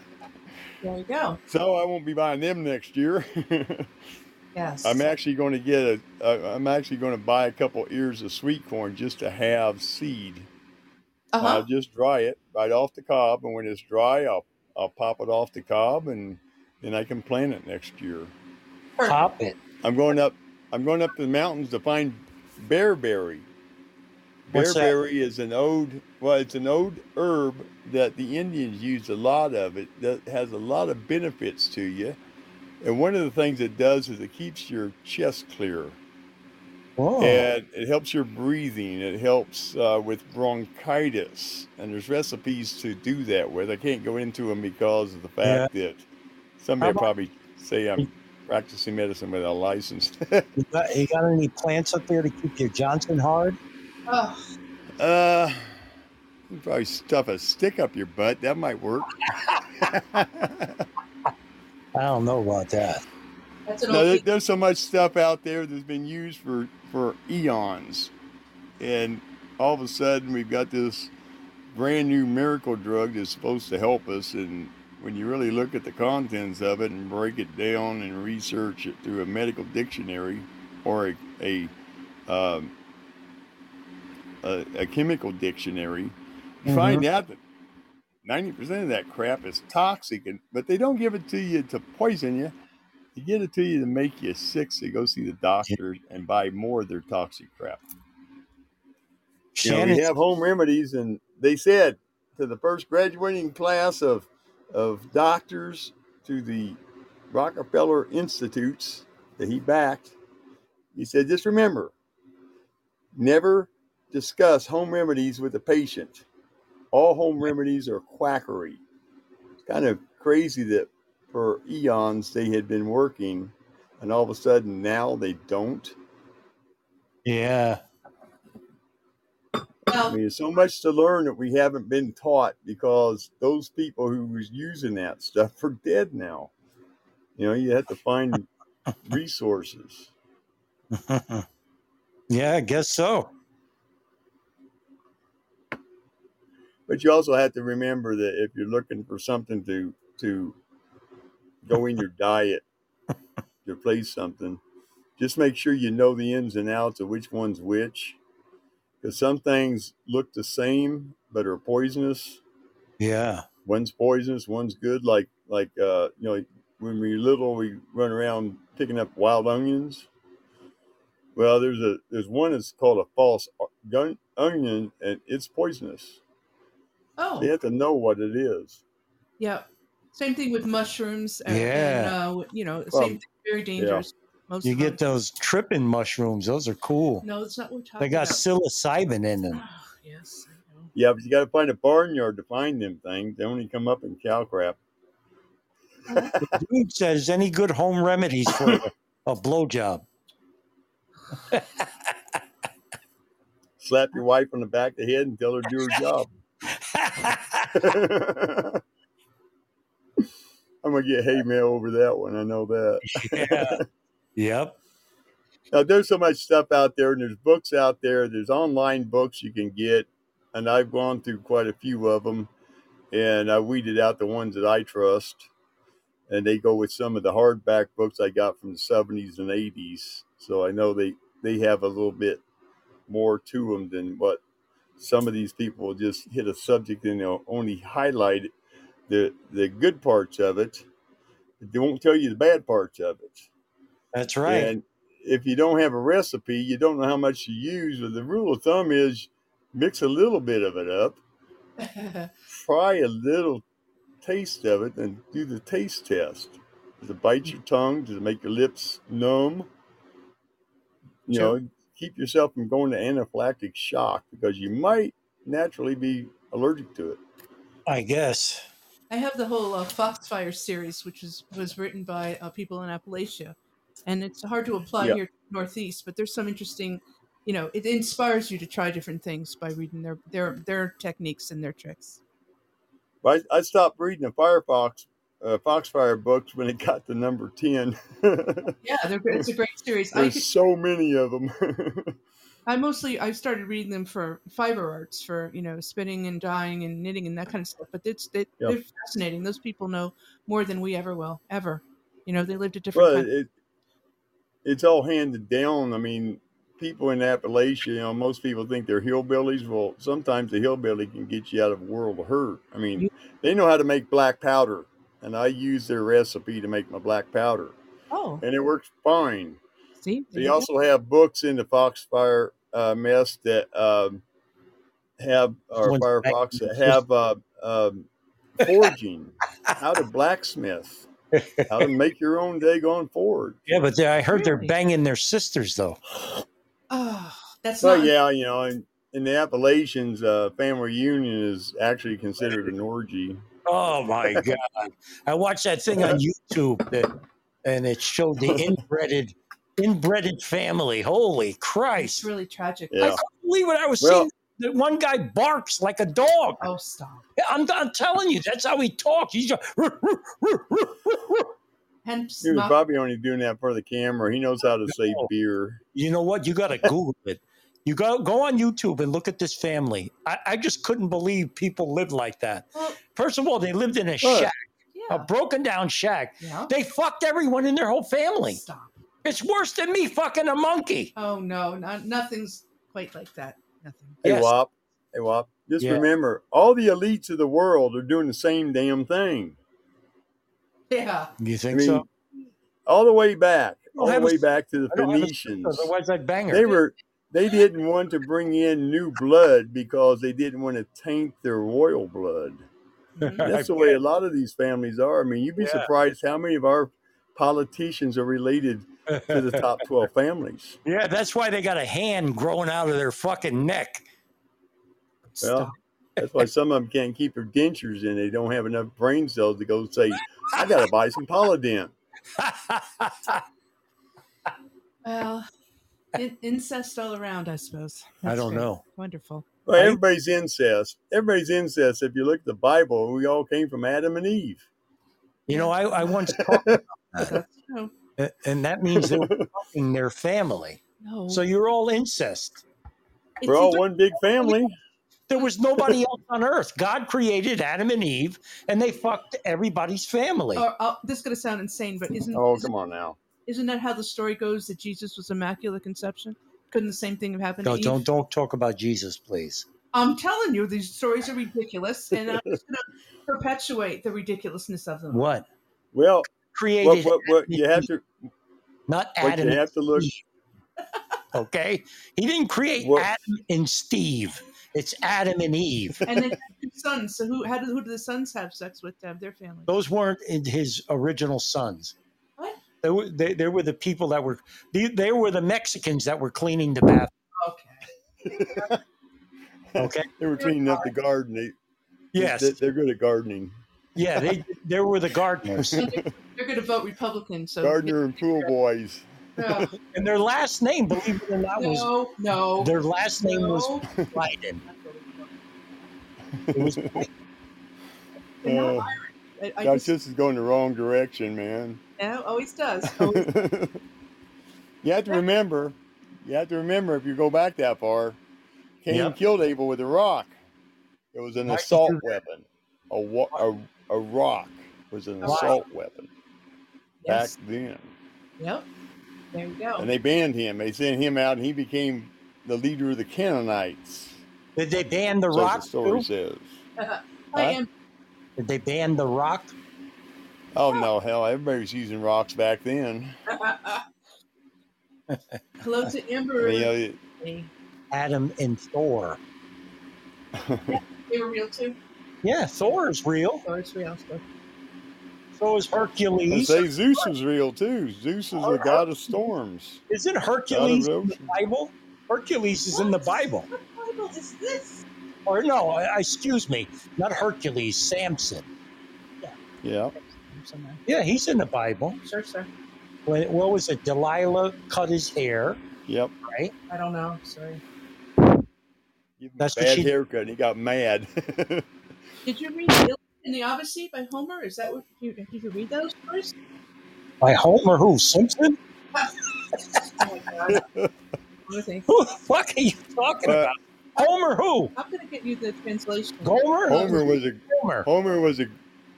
There you go.
So I won't be buying them next year. (laughs)
Yes.
I'm actually going to get a. I- I'm actually going to buy a couple ears of sweet corn just to have seed.
Uh-huh.
I'll just dry it right off the cob, and when it's dry, I'll I'll pop it off the cob, and then I can plant it next year.
Pop it.
I'm going up. I'm going up to the mountains to find bearberry.
What's that?
Bearberry is an old, well, it's an old herb that the Indians used a lot of. It that has a lot of benefits to you, and one of the things it does is it keeps your chest clear.
Whoa.
And it helps your breathing. It helps uh, with bronchitis. And there's recipes to do that with. I can't go into them because of the fact that
How
somebody will
about-
probably say I'm practicing medicine without a license. (laughs)
You got, you got any plants up there to keep your Johnson hard?
Oh,
uh, you probably stuff a stick up your butt. That might work. (laughs)
I don't know about that.
that's an
No,
old
there,
thing.
there's so much stuff out there that's been used for for eons, and all of a sudden we've got this brand new miracle drug that's supposed to help us. And when you really look at the contents of it and break it down and research it through a medical dictionary or a a um, a, a chemical dictionary, you find out that ninety percent of that crap is toxic. And but they don't give it to you to poison you. They get it to you to make you sick, so you go see the doctor and buy more of their toxic crap. You know, we
Shannon,
have home remedies, and they said to the first graduating class of of doctors to the Rockefeller Institutes that he backed, he said, just remember, never discuss home remedies with the patient. All home remedies are quackery. It's kind of crazy that for eons they had been working, and all of a sudden now they don't.
yeah, (laughs)
I
Well,
mean, there's so much to learn that we haven't been taught because those people who was using that stuff are dead now. You know, you have to find resources.
yeah, I guess so.
But you also have to remember that if you're looking for something to to go in your diet to replace something, just make sure you know the ins and outs of which one's which. Because some things look the same but are poisonous.
Yeah,
one's poisonous, one's good. Like like uh, you know, when we were little, we run around picking up wild onions. Well, there's a there's one that's called a false o- gun, onion, and it's poisonous. So you
oh,
have to know what it is.
yeah. Same thing with mushrooms, uh, and
yeah.
uh, you know, same
Well,
thing, very
yeah,
dangerous. Most
You
of
get
them.
those tripping mushrooms. Those are cool.
No, that's not what we're
They
talking
got
about.
psilocybin in them.
Oh, yes, I know.
yeah, but you got to find a barnyard to find them things. They only come up in cow crap.
Well,
The dude says any good home remedies for a, a
(laughs)
blowjob.
Slap your wife on the back of the head and tell her to do her job. (laughs) I'm gonna get hay mail over that one. I know that.
yeah. Yep.
Now, there's so much stuff out there, and there's books out there. There's online books you can get, and I've gone through quite a few of them, and I weeded out the ones that I trust, and they go with some of the hardback books I got from the 70s and 80s. So I know they they have a little bit more to them than what some of these people will just hit a subject and they'll only highlight the the good parts of it. They won't tell you the bad parts of it.
That's right.
And if you don't have a recipe, you don't know how much to use. But the rule of thumb is mix a little bit of it up, try a little taste of it, and do the taste test. Does it bite your tongue? Does it make your lips numb? You
True.
know, keep yourself from going to anaphylactic shock because you might naturally be allergic to it.
I guess.
(laughs) I have the whole uh, Foxfire series, which is was written by uh, people in Appalachia, and it's hard to apply
Yeah.
here to the Northeast. But there's some interesting, you know, it inspires you to try different things by reading their their their techniques and their
(laughs)
tricks.
But I, I stopped reading the Firefox, uh, Foxfire books when it got to number (laughs) 10.
Yeah, they're, gr- it's a great series. I
There's
could,
so many of them. (laughs)
I mostly I started reading them for fiber arts for you know spinning and dyeing and knitting and that kind of stuff. But it's they,
yeah.
they're fascinating. Those people know more than we ever will ever. You know, they lived a different
Well,
kind.
it, it's all handed down. I mean, people in Appalachia, you know, most people think they're hillbillies. Well, sometimes the hillbilly can get you out of a world of hurt. I mean,
You,
they know how to make black powder, and I use their recipe to make my black powder,
oh,
and it works fine.
see, there
They
you go.
also have books in the Foxfire uh, mess that um, have, or
Someone's banging
Firefox
your
that
sister.
have uh, um, forging, how to blacksmith, how to make your own daggone forge.
Yeah, but they- I heard they're
Really?
banging their sisters though.
That's
Well,
not
yeah, you know, in, in the Appalachians, uh, family reunion is actually considered an orgy.
Oh
(laughs)
my god! I watched that thing on YouTube, that, and it showed
(laughs)
the inbreded, inbreded family. Holy Christ!
It's really tragic.
I
Yeah.
couldn't believe what I was
Well-
seeing. That one guy barks like a dog.
Oh, stop.
I'm, I'm telling you, that's how he talks. He's just,
And
He was
not-
probably only doing that for the camera. He knows how to say beer.
you know what? You got to Google it. You go go on YouTube and look at this family. I, I just couldn't believe people lived like that.
Well-
First of all, they lived in a
Sure.
shack, a
yeah.
broken down shack.
yeah.
They fucked everyone in their whole family.
Stop.
It's worse than me fucking a monkey.
Oh no, not, nothing's quite like that. Nothing. (laughs)
Hey,
Yes.
Wop. Hey, Wop. Just
Yeah.
remember, all the elites of the world are doing the same damn thing.
Yeah.
You
I
think
mean,
so?
all the way back,
don't
all the
have a-
way back to the
I don't have a
Phoenicians.
Otherwise, I'd bang her.
They
(laughs)
were they didn't want to bring in new blood because they didn't want to taint their royal blood.
Mhm.
And
I
that's the way a
bet.
lot of these families are. I mean, you'd be
Yeah.
surprised how many of our politicians are related to the
(laughs)
top 12 families.
yeah, that's why they got a hand growing out of their fucking neck.
(laughs) Well,
Stop.
that's why some of them can't keep their dentures in. They don't have enough brain cells to go say, I got to buy some Polydent.
I
Well, in, incest all around, I suppose. That's
don't
great.
know.
(laughs)
Wonderful.
Well,
Right.
everybody's incest. Everybody's incest. If you look at the Bible, we all came from Adam and Eve.
You know, I, I once (laughs)
That's true.
talked, and that means
(laughs)
they were fucking their family.
No.
Oh.
So you're all incest.
It's
We're all
either-
one big family.
There was
(laughs)
nobody else on earth. God created Adam and Eve, and they fucked everybody's family.
or, oh, this is going to sound insane, but isn't
Oh,
isn't,
come on now.
isn't that how the story goes that Jesus was immaculate conception? Couldn't the same thing have happened?
no,
to Eve?
don't don't talk about Jesus, please.
I'm telling you, these stories are ridiculous, and I'm just going to (laughs) perpetuate the ridiculousness of them.
What
Well, what,
created
what, what
and
you have to
not
what
Adam?
you
and
have to look
Eve, okay, he didn't create
Well-
Adam and Steve. It's Adam and
(laughs)
Eve.
And then two sons. So who? How do who do the sons have sex with to have their family?
Those weren't in his original sons.
What?
They were, they, they were the people that were they, they were the Mexicans that were cleaning the bathroom.
Okay.
Okay.
they were cleaning up the garden. They,
Yes.
they, are good at gardening.
Yeah. They they were the
(laughs)
gardeners,
They're going to vote Republican. So
Gardener and pool boys.
(laughs) No,
and their last name, believe it or not, was
no, no.
their last name was
no.
Biden. It
(laughs)
was
And now
Uh,
I, I
God,
just
this is going the wrong direction, man.
now always does.
(laughs)
Always-
you have to remember, you have to remember if you go back that far, Cain
Yep.
killed Abel with a rock. It was an
Why'd he
assault
do
weapon. A, wa- a, a rock was an
Why?
assault weapon back
yes. Oh.
then.
Yep. There you go.
And they banned him. They sent him out, and he became the leader of the Canaanites.
Did they ban the
so
rock?
the story
too?
says.
I
Huh?
am.
Did they ban the rock?
Oh no, hell, everybody was using rocks back then.
(laughs) Hello to
I
Amber.
mean, you know, it-
They
Adam and Thor.
they were real too.
Yeah, Thor is real.
Oh, it's real stuff.
So is
and
Hercules.
say Zeus was real too. Zeus is the god of storms.
Isn't
God of
Hercules
the
in the
ocean.
Bible? Hercules is in the Bible.
What Bible is this?
Or no, I, I- excuse me, not Hercules, Samson.
Yeah.
Somewhere.
Yeah, he's in the Bible.
Sure, sir.
When, what was it? Delilah cut his hair,
Yep.
right?
I don't know. Sorry.
Give him
That's
a
what
bad
she-
haircut and he got mad. (laughs)
Did you read Iliad and the Odyssey by Homer? Is that what you did you read those first?
By Homer, who? Simpson? (laughs)
Oh my god. Other thing.
Who the fuck are you talking
Uh,
about? Homer, who?
I'm gonna get you the translation.
Gomer?
Homer was a
Homer.
Homer was a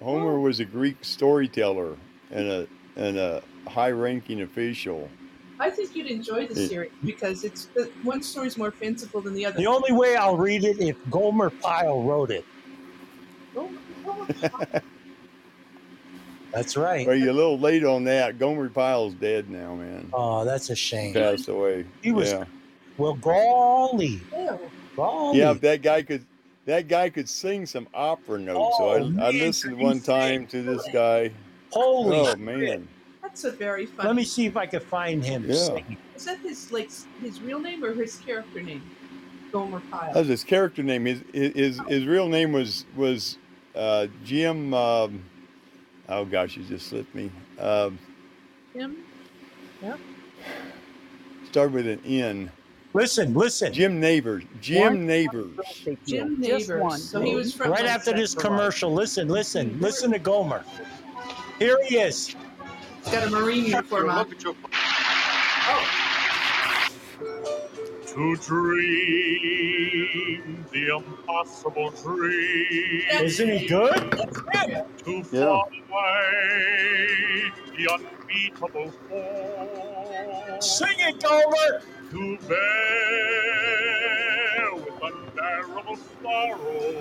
Homer was a Greek storyteller and a and a high ranking official.
I think you'd enjoy the
Yeah.
series because it's the one story's more fanciful than the other.
The only way I'll read it if Gomer Pyle wrote it.
Oh, oh,
(laughs)
That's right.
Well, you're a little late on that. Gomer Pyle's dead now, man.
Oh, that's a shame.
Passed away.
He was
yeah.
Well, golly,
ew.
golly.
Yeah, if that guy could that guy could sing some opera notes.
Oh,
so I, I
man,
listened
could he
one
sing?
time to this guy.
Holy
oh
shit.
man.
That That's a very funny.
Let me see if I can find him.
Yeah.
singing.
Is that his like his real name or his character name? Gomer Pyle.
That
Uh,
was his character name. His his his real name was was uh, Jim. Um, oh gosh, you just slipped me. Um,
Him? Yep.
started with an N.
Listen, listen.
Jim Neighbors. Jim Neighbors.
Jim
Just
Neighbors.
one.
So he was from
right
like,
after this
Separate.
commercial, listen, listen, listen to Gomer. Here he is.
he's got a marine uniform on.
To dream the impossible dream.
Isn't he good?
To
Yeah.
fall away the unbeatable foe.
Sing it, Gomer.
To bear with unbearable sorrow.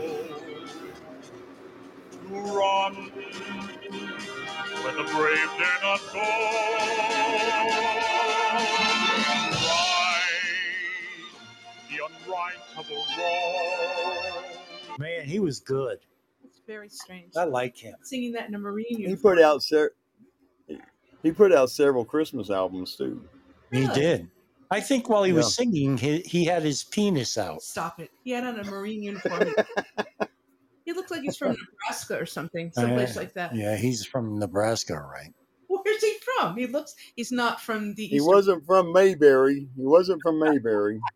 To run where the brave dare not go. Right the unrightable wrong.
Man, he was good.
It's very strange.
I like him.
Singing that in a marine
He
uniform.
put out ser- he put out several Christmas albums too.
He
Really?
did. I think while he
Yeah.
was singing, he, he had his penis out.
Stop it. He had on a marine
(laughs)
uniform. he looked like he's from Nebraska or something, someplace like that.
Oh, Yeah, he's from Nebraska, right?
Where's he from? He looks. He's not from the.
He
Eastern-
wasn't from Mayberry. He wasn't from Mayberry.
(laughs)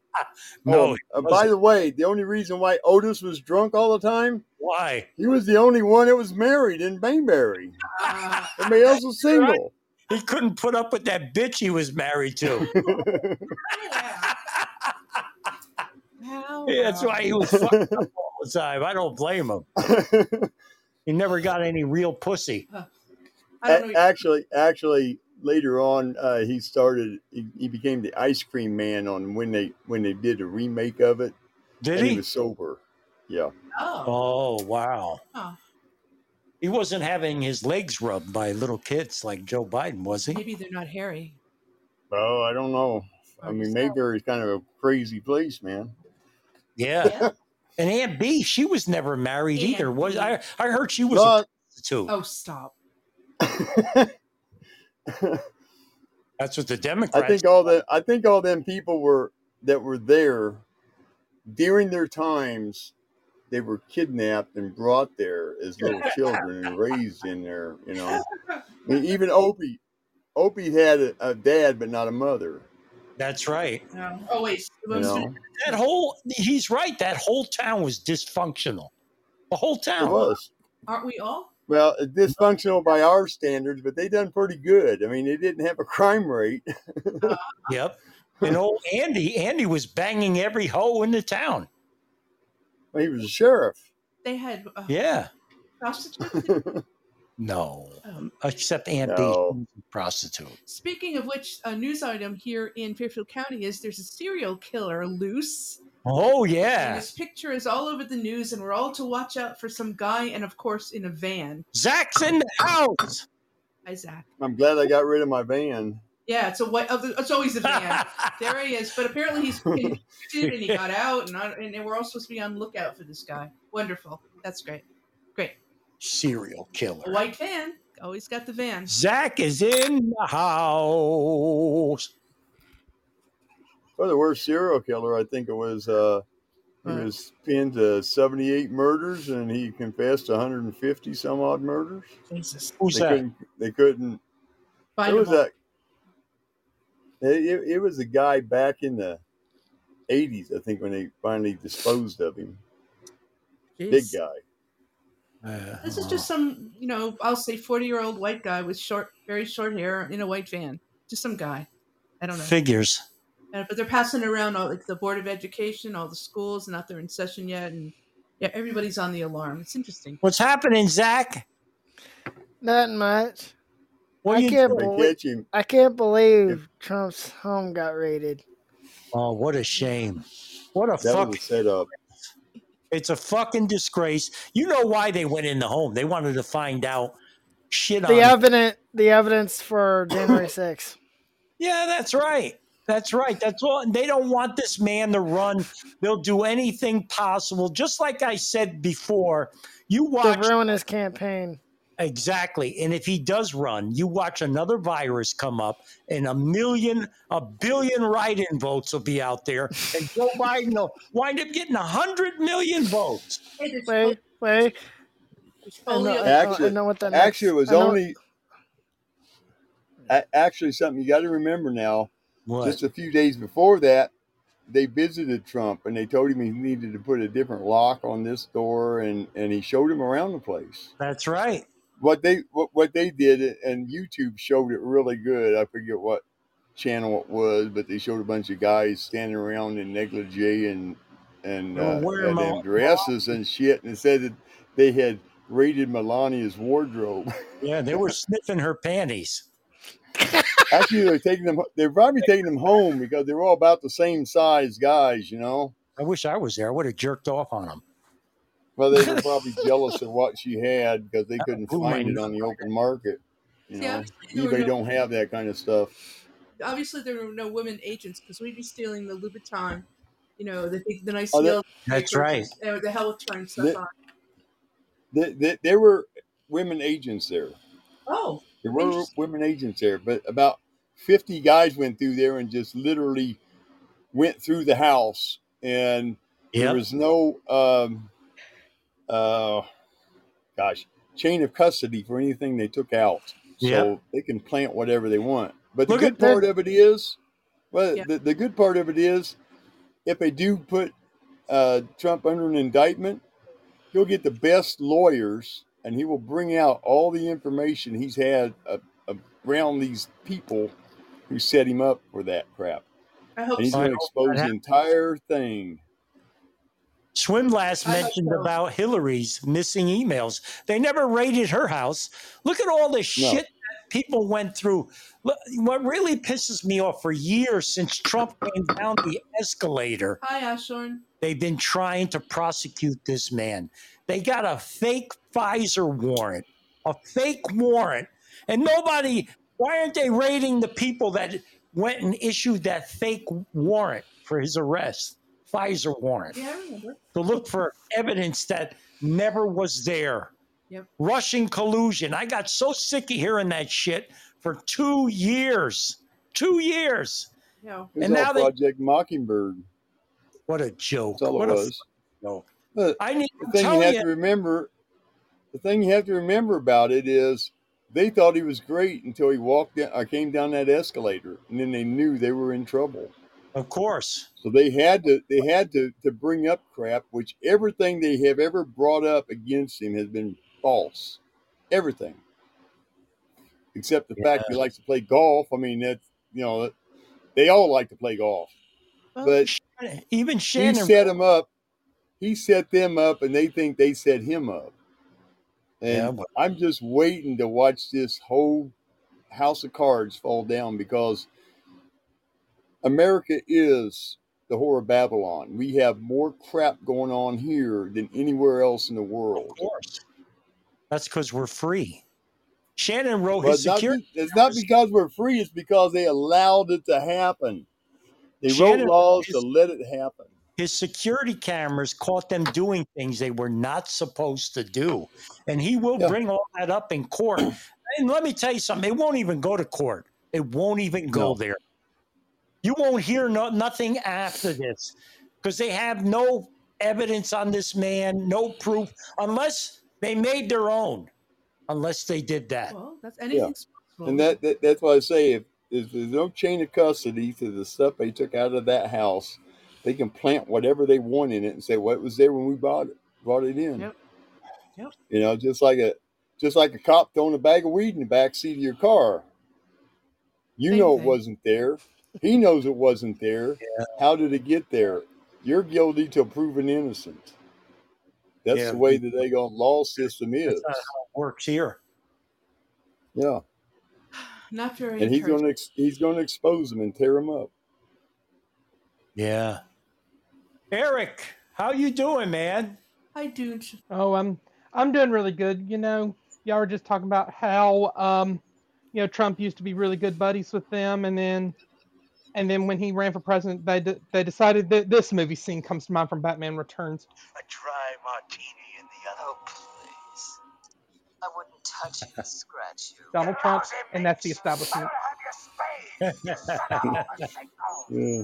No.
Oh,
he
uh, by
wasn't.
the way, the only reason why Otis was drunk all the time,
Why?
he was the only one that was married in Mayberry.
(laughs)
Ah,
Everybody else was single.
He couldn't put up with that bitch he was married to.
yeah. (laughs) Wow.
Yeah, that's why he was fucking
(laughs)
up all the time. I don't blame him. He never got any real pussy.
I don't
Uh,
A-
know.
actually, actually, later on, uh, he started. He, he became the ice cream man on when they when they did a remake of it,
Did
and
he?
he was sober. Yeah,
Oh.
Oh, wow.
Huh.
He wasn't having his legs rubbed by little kids like Joe Biden, was he?
Maybe they're not hairy.
oh, I don't know. I
Hard to
mean,
say.
Mayberry's kind of a crazy place, man.
Yeah.
(laughs)
Yeah.
And Aunt B, she was never married
Aunt
either. Was
B.
I? I heard she was a
But
prostitute.
Oh, stop.
That's what the
(laughs) I
Democrats.
think all the I think all them people were that were there during their times. They were kidnapped and brought there as little children and raised in there. You know, I mean, even Opie, Opie had a, a dad but not a mother.
That's right.
No. Oh wait.
You know,
That whole. He's right. That whole town was dysfunctional. The whole
it
town.
was
Aren't we all?
well it's dysfunctional by our standards, but they done pretty good. I mean, they didn't have a crime rate. (laughs)
Yep. And old Andy, Andy was banging every hoe in the town.
Well, he was a sheriff.
They had uh,
Yeah.
(laughs)
prostitutes.
No.
Oh.
Except Aunt B,
No.
she was a prostitute.
Speaking of which, a news item here in Fairfield County is there's a serial killer loose.
Oh
And
yeah.
his picture is all over the news, and we're all to watch out for some guy, and of course, in a van.
Zach's in the house. (laughs)
Isaac.
I'm glad I got rid of my van.
Yeah, it's a white. oh, It's always
(laughs)
a van. there he is, but apparently he's
(laughs)
convicted and he got out, and I, and we're all supposed to be on lookout for this guy. Wonderful. That's great.
Serial killer.
A white van. Always got the van.
Zach is in the house.
For the worst serial killer, I think it was. Uh, he
Wow.
was pinned to 78 murders, and he confessed to 150 some odd murders.
Jesus.
Who's
They
that?
couldn't. They couldn't. It
Find
was
him all.
a. It, it it was a guy back in the 80s, I think, when they finally disposed of him. Big
Jeez.
guy.
Uh,
This is just some, you know, I'll say 40 year old white guy with short, very short hair in a white van. Just some guy. I don't know.
figures.
Uh, but they're passing around all like the Board of Education, all the schools, not they're in session yet. And yeah, everybody's on the alarm. It's interesting.
What's happening, Zach?
Nothing much.
What
I
you
can't
If they
believe
catch him,
I can't believe Trump's home got raided.
Oh, what a shame. What a
that was
fuck.
a setup.
It's a fucking disgrace. You know why they went in the home. They wanted to find out shit
The
on.
evidence the evidence for January 6th.
Yeah, that's right. That's right. That's all. and They don't want this man to run. They'll do anything possible. Just like I said before, you
To
watch
ruin his campaign.
Exactly. And if he does run, you watch another virus come up, and a million, a billion write in votes will be out there. And (laughs) Joe Biden will wind up getting 100 million votes.
Wait, wait. I know, I know- I
Actually-
know what that
Actually, it
next-
was
I know-
only a- actually something you got to remember now. Just a few days before that, they visited Trump and they told him he needed to put a different lock on this door, and and he showed him around the place.
That's right.
What they what, what they did, and YouTube showed it really good. I forget what channel it was, but they showed a bunch of guys standing around in negligee and and
Well,
uh,
where
had
Mel-
them dresses and shit, and said that they had raided Melania's wardrobe. (laughs)
Yeah, they were sniffing her panties.
Actually, they're taking them. They're probably taking them home because they're all about the same size guys, you know.
I wish I was there. I would have jerked off on them.
Well, they were probably jealous of what she had because they couldn't
blew my
find it on the open market. You
See,
know,
obviously there were
eBay
no
don't have that kind of stuff.
obviously there were no women agents because we'd be stealing the Louboutin, you know, the big, the nice
Oh, that,
yellow papers, uh, the hell with trying stuff
that,
on.
that, that- there were women agents there.
Oh,
There were
interesting.
women agents there, but about fifty guys went through there and just literally went through the house, and there
Yep.
was no um, uh, gosh, chain of custody for anything they took out. So
Yep.
they can plant whatever they want. But the
Look at
good
that.
part of it is, well,
Yeah.
the, the good part of it is, if they do put uh, Trump under an indictment, he'll get the best lawyers and he will bring out all the information he's had uh, around these people who set him up for that crap.
I hope
And he's
so.
I
going to
hope that
expose the
happens.
entire thing.
Swimlast
I hope
mentioned
so.
about Hillary's missing emails. They never raided her house. Look at all the
No.
shit that people went through. Look, what really pisses me off for years since Trump came down the escalator,
Hi, Ashorn.
they've been trying to prosecute this man. They got a fake Pfizer warrant, a fake warrant, and nobody. Why aren't they raiding the people that went and issued that fake warrant for his arrest? Pfizer warrant
Yeah, I remember.
to look for evidence that never was there.
Yep.
Russian collusion. I got so sick of hearing that shit for two years. Two years.
No.
It was
And
all
now they
Project Mockingbird.
what a
That's
joke.
all it
What a f-
was.
joke.
But
I need
the
I'm
thing you
telling
have
you,
to remember the thing you have to remember about it is they thought he was great until he walked down, I came down that escalator, and then they knew they were in trouble.
of course.
So they had to they had to to bring up crap, which everything they have ever brought up against him has been false, everything except the
Yeah.
fact he likes to play golf. I mean that's you know they all like to play golf,
Well,
but
Shannon- Even
he
Shannon
set him up. He set them up, and they think they set him up.
Yeah,
And
but
I'm just waiting to watch this whole house of cards fall down because America is the whore of Babylon. We have more crap going on here than anywhere else in the
of
world.
course. That's because we're free. Shannon wrote
Well,
Oh, his
not
security
be, it's not
hours.
because we're free, it's because they allowed it to happen. They wrote
Shannon wrote
laws to
his
let it happen.
his security cameras caught them doing things they were not supposed to do. And he will
Yeah,
bring all that up in court. And let me tell you something, it won't even go to court. It won't even go
no.
there. You won't hear no, nothing after this because they have no evidence on this man, no proof, unless they made their own, unless they did that.
Well, that's
Yeah.
anything's possible.
And
Look,
that, that that's why I say if, if there's no chain of custody to the stuff they took out of that house, they can plant whatever they want in it and say, Well, it was there when we bought it brought it in.
yep, yep.
You know, just like a just like a cop throwing a bag of weed in the back seat of your car. You
Same
know it
thing.
wasn't there. He knows it
(laughs)
wasn't there. How did it get there? You're guilty till proven innocent. That's
Yeah,
the way the daggone law system
that's not
is.
how it works here.
Yeah,
Not very
and he's going
encouraging.
to ex- he's going to expose them and tear them up.
Yeah. Eric, how you doing, man?
Hi, Dooch.
Oh, I'm I'm doing really good. You know, y'all were just talking about how um, you know, Trump used to be really good buddies with them, and then and then when he ran for president, they de- they decided that this movie scene comes to mind from Batman Returns.
touch you, (laughs) scratch you.
Donald Trump, and that's the establishment.
Yeah.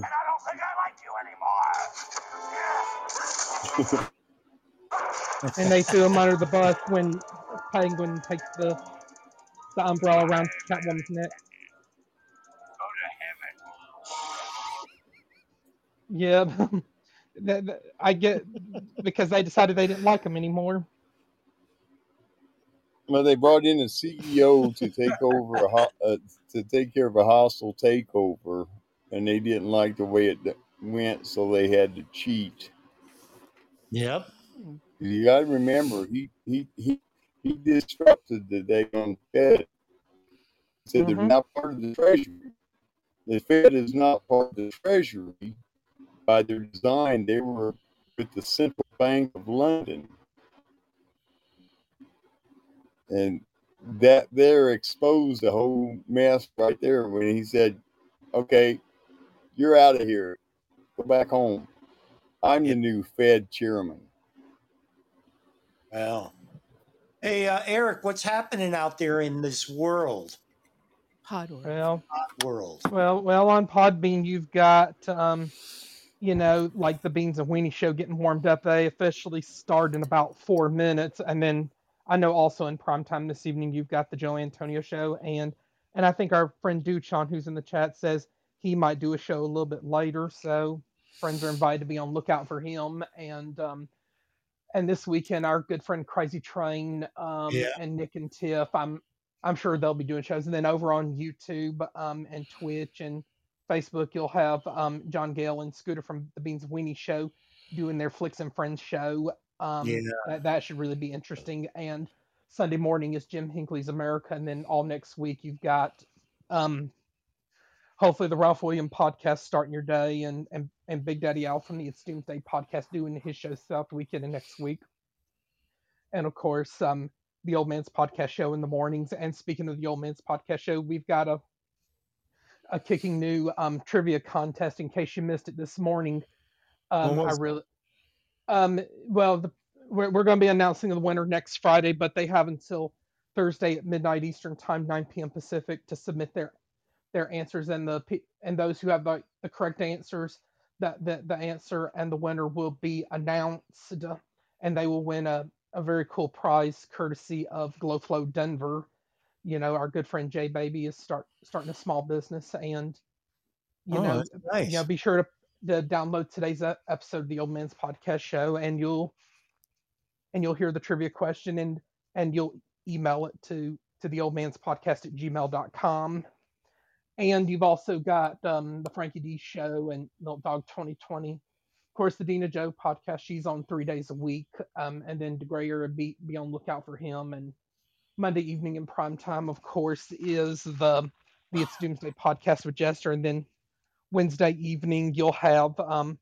and they threw him under the bus when Penguin takes the the umbrella around Catwoman's neck. Yeah, (laughs) that, that- I get because they decided they didn't like him anymore.
Well, they brought in a CEO to take over a ho- uh, to take care of a hostile takeover, and they didn't like the way it d- went, so they had to cheat.
Yep.
You got to remember, he he he he disrupted the day on Fed. Said they're
Mhm.
not part of the treasury. The Fed is not part of the treasury by their design. They were with the Central Bank of London. and that there exposed the whole mess right there when he said, "Okay, you're out of here. Go back home. I'm the new Fed chairman."
Wow. Hey, uh, Eric, what's happening out there in this world?
Pod order.
Well,
World.
well, well. On Podbean, you've got um, you know, like the Beans and Weenie show getting warmed up. They officially start in about four minutes, and then I know also in primetime this evening you've got the Joe Antonio show, and and I think our friend Duchon, who's in the chat, says he might do a show a little bit later. So friends are invited to be on lookout for him. And um, and this weekend our good friend Crazy Train um,
Yeah.
and Nick and Tiff, I'm I'm sure they'll be doing shows. And then over on YouTube um, and Twitch and Facebook, you'll have um, John Gale and Scooter from the Beans and Weenie show doing their Flicks and Friends show. Um,
Yeah.
that, that should really be interesting. And Sunday morning is Jim Hinckley's America, and then all next week you've got um, hopefully the Ralph William podcast starting your day, and and, and Big Daddy Al from the It's Doomsday podcast doing his show South Weekend and next week, and of course um, the Old Man's podcast show in the mornings. And speaking of the Old Man's podcast show, we've got a a kicking new um, trivia contest. In case you missed it this morning, um, I
was that?
really um, well, the, we're, we're going to be announcing the winner next Friday, but they have until Thursday at midnight Eastern time, 9 p.m. Pacific, to submit their their answers. And the pe- and those who have the, the correct answers, that the, the answer and the winner will be announced, uh, and they will win a, a very cool prize courtesy of Glowflow Denver. You know, our good friend Jay Baby is start starting a small business, and you
Oh,
know,
that's nice.
you know, be sure to to download today's e- episode of the Old Man's Podcast Show, and you'll and you'll hear the trivia question, and and you'll email it to to the Old Man's Podcast at gmail.com. And you've also got um, the Frankie D Show and Milk Dog 2020. Of course, the Dina Joe podcast. She's on three days a week, um, and then DeGrayer be be on lookout for him. And Monday evening in prime time, of course, is the the It's Doomsday podcast with Jester, and then Wednesday evening you'll have um,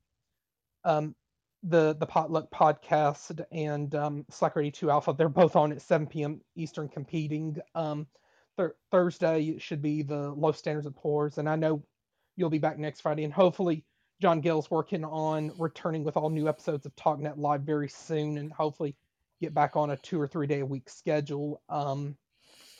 um, the the Potluck podcast and um, Slack Radio Two Alpha. They're both on at 7 p.m. Eastern, competing. Um, Thur Thursday it should be the Low Standards of Poor's, and I know you'll be back next Friday, and hopefully John Gill's working on returning with all new episodes of TalkNet Live very soon, and hopefully get back on a two or three day a week schedule. Um,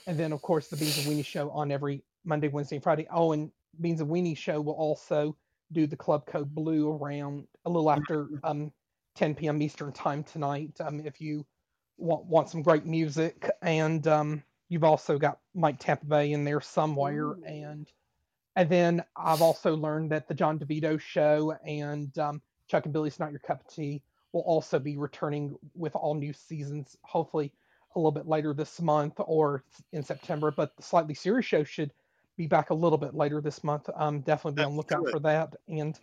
and then, of course, the Beans and Weenie show on every Monday, Wednesday, and Friday. Oh, and Beans and Weenie show will also do the Club Code Blue around a little after um, 10 p.m. Eastern time tonight. Um, if you want, want some great music, and um, you've also got Mike Tampa Bay in there somewhere, and and then I've also learned that the John DeVito show and um, Chuck and Billy's Not Your Cup of Tea will also be returning with all new seasons, hopefully a little bit later this month or s- in September. But the Slightly Serious show should be back a little bit later this month. Um, definitely be on lookout for that. And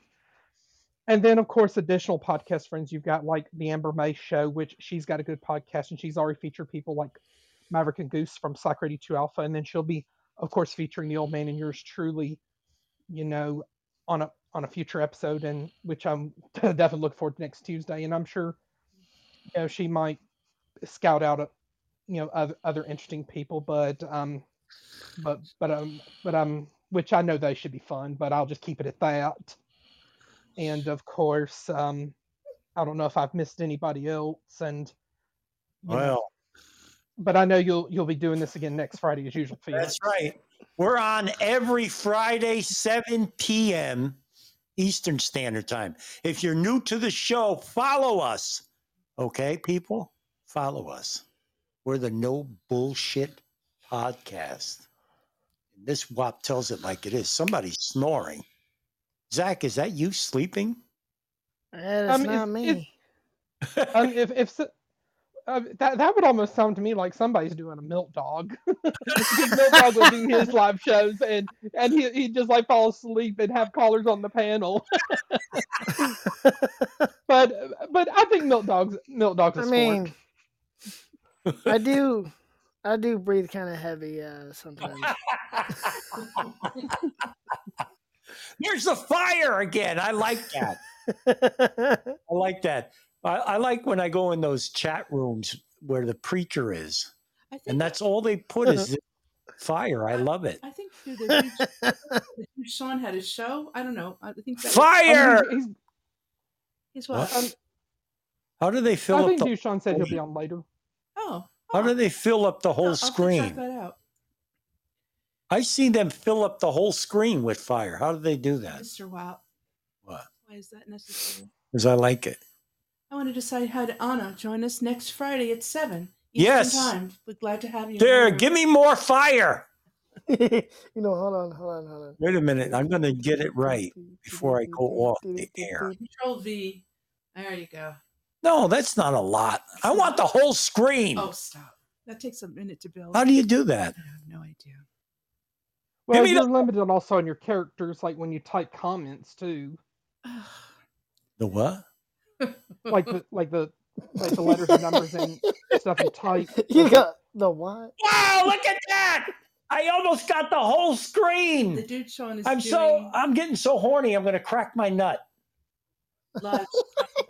and then, of course, additional podcast friends. You've got like the Amber May show, which she's got a good podcast, and she's already featured people like Maverick and Goose from Psych Radio 2 Alpha. And then she'll be, of course, featuring the old man and yours truly, you know, on a on a future episode, and which I'm (laughs) definitely looking forward to next Tuesday. And I'm sure, you know, she might scout out, a, you know, other, other interesting people, but um, but but um, but um, which I know they should be fun, but I'll just keep it at that and of course um i don't know if i've missed anybody else and you know,
Well.
but I know you'll you'll be doing this again next Friday as usual. For you.
That's right. We're on every Friday, 7 p.m. Eastern Standard Time. If you're new to the show, follow us. Okay, people, follow us. We're the No Bullshit Podcast. And this WAP tells it like it is. Somebody's snoring. Zach, is that you sleeping?
That is not me.
If, um, if, if so- uh, that that would almost sound to me like somebody's doing a milk dog. (laughs) milk dog would do his live shows, and and he he just like fall asleep and have callers on the panel. (laughs) but but I think milk dogs milk dogs. Are
I
sport.
mean,
(laughs)
I do, I do breathe kind of heavy uh, sometimes.
There's the fire again. I like that. I like that. I, I like when I go in those chat rooms where the preacher is, and that's all they put is the fire. I love it.
I think dude, the huge,
(laughs)
the huge Sean had a show. I don't know. I think that
Fire!
Was, he's, he's what?
What? How do they fill
I
up
think
the?
Dushan said he'll be on later.
oh,
How do they fill up the whole
I'll have to check
screen?
that out.
I see them fill up the whole screen with fire. How do they do that?
Mr. Wow.
What?
Why is that necessary?
Because I like it.
I want to decide how to honor. Join us next Friday at seven.
Yes.
Time. We're glad to have you.
There, give me more fire.
you know, hold on, hold on, hold on.
Wait a minute. I'm going to get it right before I go
(laughs)
off the air.
Control V. There you go.
No, that's not a lot. I want the whole screen.
Oh, stop. That takes a minute to build.
How do you do that?
Well,
me
you're limited also on your characters, like when you type comments too,
The what?
like the like the like the letters and numbers and stuff you type.
You got the what?
Wow, look at that! I almost got the whole screen.
(laughs) The dude Sean is
I'm
doing
so I'm getting so horny. I'm going to crack my nut.
live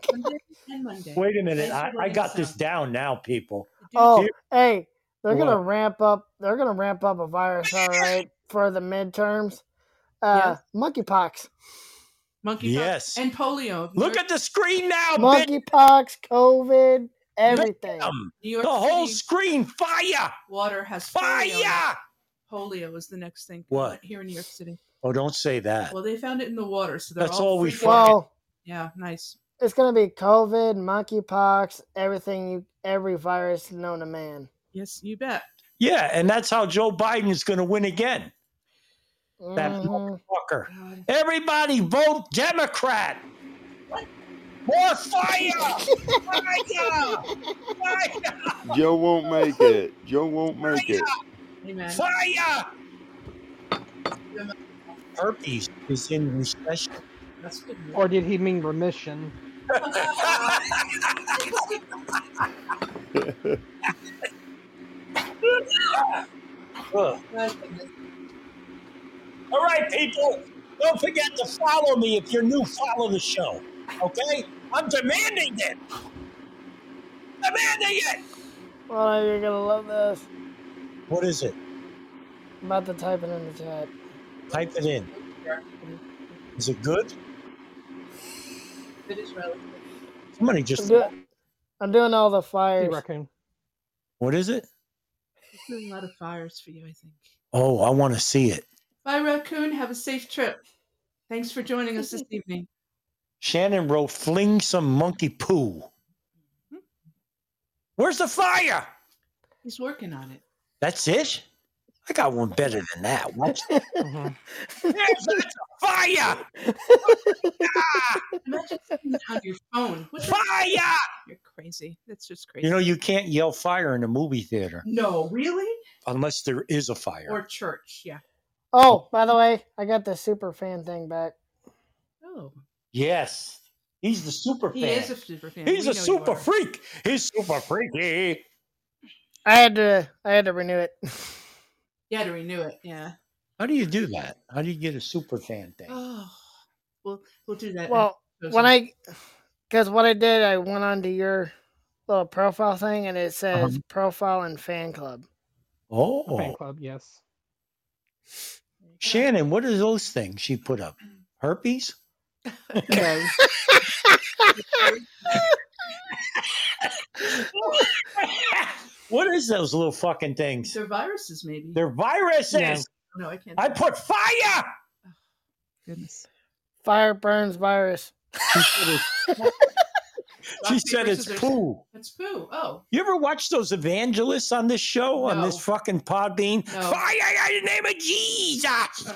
Sunday and Monday.
Wait a minute.
And
I, I
Monday
got
and
this down now, people.
Oh,
Here-
hey, they're
What?
gonna ramp up. They're gonna ramp up a virus, all right, for the midterms. Uh, monkeypox,
Monkey
Yes.
and polio.
Look at the screen now, bitch.
monkeypox, COVID, everything.
Damn.
New York
The whole
City.
screen fire.
Water has
Fire!
Polio is the next thing.
What?
Here in New York City.
Oh, don't say that.
Well, they found it in the water, so they're
That's
all
all we
freaked
found.
out.
Well,
Yeah, nice.
it's gonna be COVID, monkeypox, everything, you, every virus known to man.
Yes, you bet.
Yeah, and that's how Joe Biden is going to win again. That
Mhm.
motherfucker. Everybody vote Democrat. More fire! fire!
Joe won't make it. Joe won't make it.
Amen.
Fire! Herpes is in recession. (laughs)
That's good.
Or did he mean remission?
Ugh. All right, people. Don't forget to follow me if you're new. Follow the show. Okay? I'm demanding it. Demanding it.
Well, you're gonna love this.
What is it?
I'm about to type it in the chat.
Type it in. Is it good?
It is relative.
Somebody just.
I'm, do- I'm doing all the
Hey,
fires.
raccoon.
What is it?
It's doing a lot of fires for you, I think.
Oh, I want to see it.
Bye, Raccoon. Have a safe trip. Thanks for joining us (laughs) this evening.
Shannon wrote, "Fling some monkey poo." Where's the fire?
He's working on it.
That's it. I got one better than that. Watch. There's that's a fire!
Imagine seeing it on your phone. What the-
Fire!
(laughs) You're crazy. That's just crazy.
You know you can't yell fire in a movie theater
no, really?
unless there is a fire.
Or church? Yeah.
Oh, by the way, I got the super fan thing back.
Oh,
Yes, he's the super
he
fan.
is a super fan.
he's
We
a
know you
super
are.
freak. He's super freaky.
I had to, I had to
(laughs)
renew it.
Yeah, to renew it. Yeah.
How do you do that? How do you get a super fan thing?
Oh, we'll we'll do that.
Well, when I, because what I did, I went onto your little profile thing, and it says
Uh-huh.
profile and fan club.
A fan
Oh,
club, yes.
Shannon, what are those things she put up? Herpes?
No.
(laughs) What is those little fucking things?
They're viruses, maybe.
They're viruses.
No, I can't.
I put fire.
Goodness.
Fire burns virus.
She said it's
Viruses are-
poo.
It's poo. Oh,
You ever watch those evangelists on this show, on this fucking Podbean?
No.
Fire in the name of Jesus.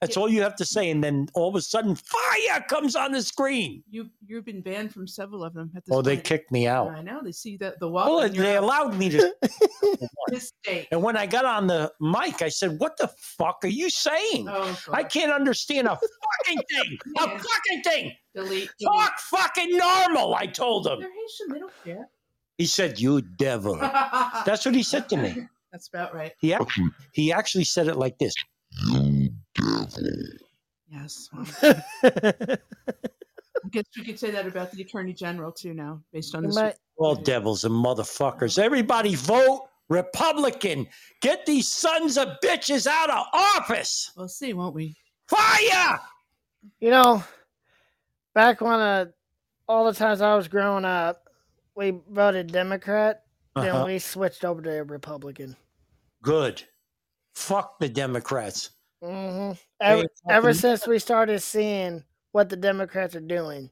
That's all you have to say, and then all of a sudden, fire comes on the screen.
you you've been banned from several of them. At this
Oh, they
point.
kicked me out.
I know. They see that the walk.
Well,
and you're
they
out.
allowed me to.
Mistake.
and when I got on the mic, I said, "What the fuck are you saying?
Oh,
I can't understand a fucking thing. A fucking thing.
Delete.
Talk fucking normal." I told him.
They're Oh, Haitian. They
(laughs)
don't care.
He said, "You devil." That's what he said to me.
That's about right.
He actually, he actually said it like this.
Yes. I guess we could say that about the attorney general too now, based on this.
All devils and motherfuckers. Everybody vote Republican. Get these sons of bitches out of office.
We'll see, won't
(laughs)
we?
Fire!
You know, back when uh, all the times I was growing up, we voted Democrat,
Uh-huh.
then we switched over to Republican.
Good. Fuck the Democrats.
hmm Ever,
it's
ever
fucking-
since we started seeing what the Democrats are doing,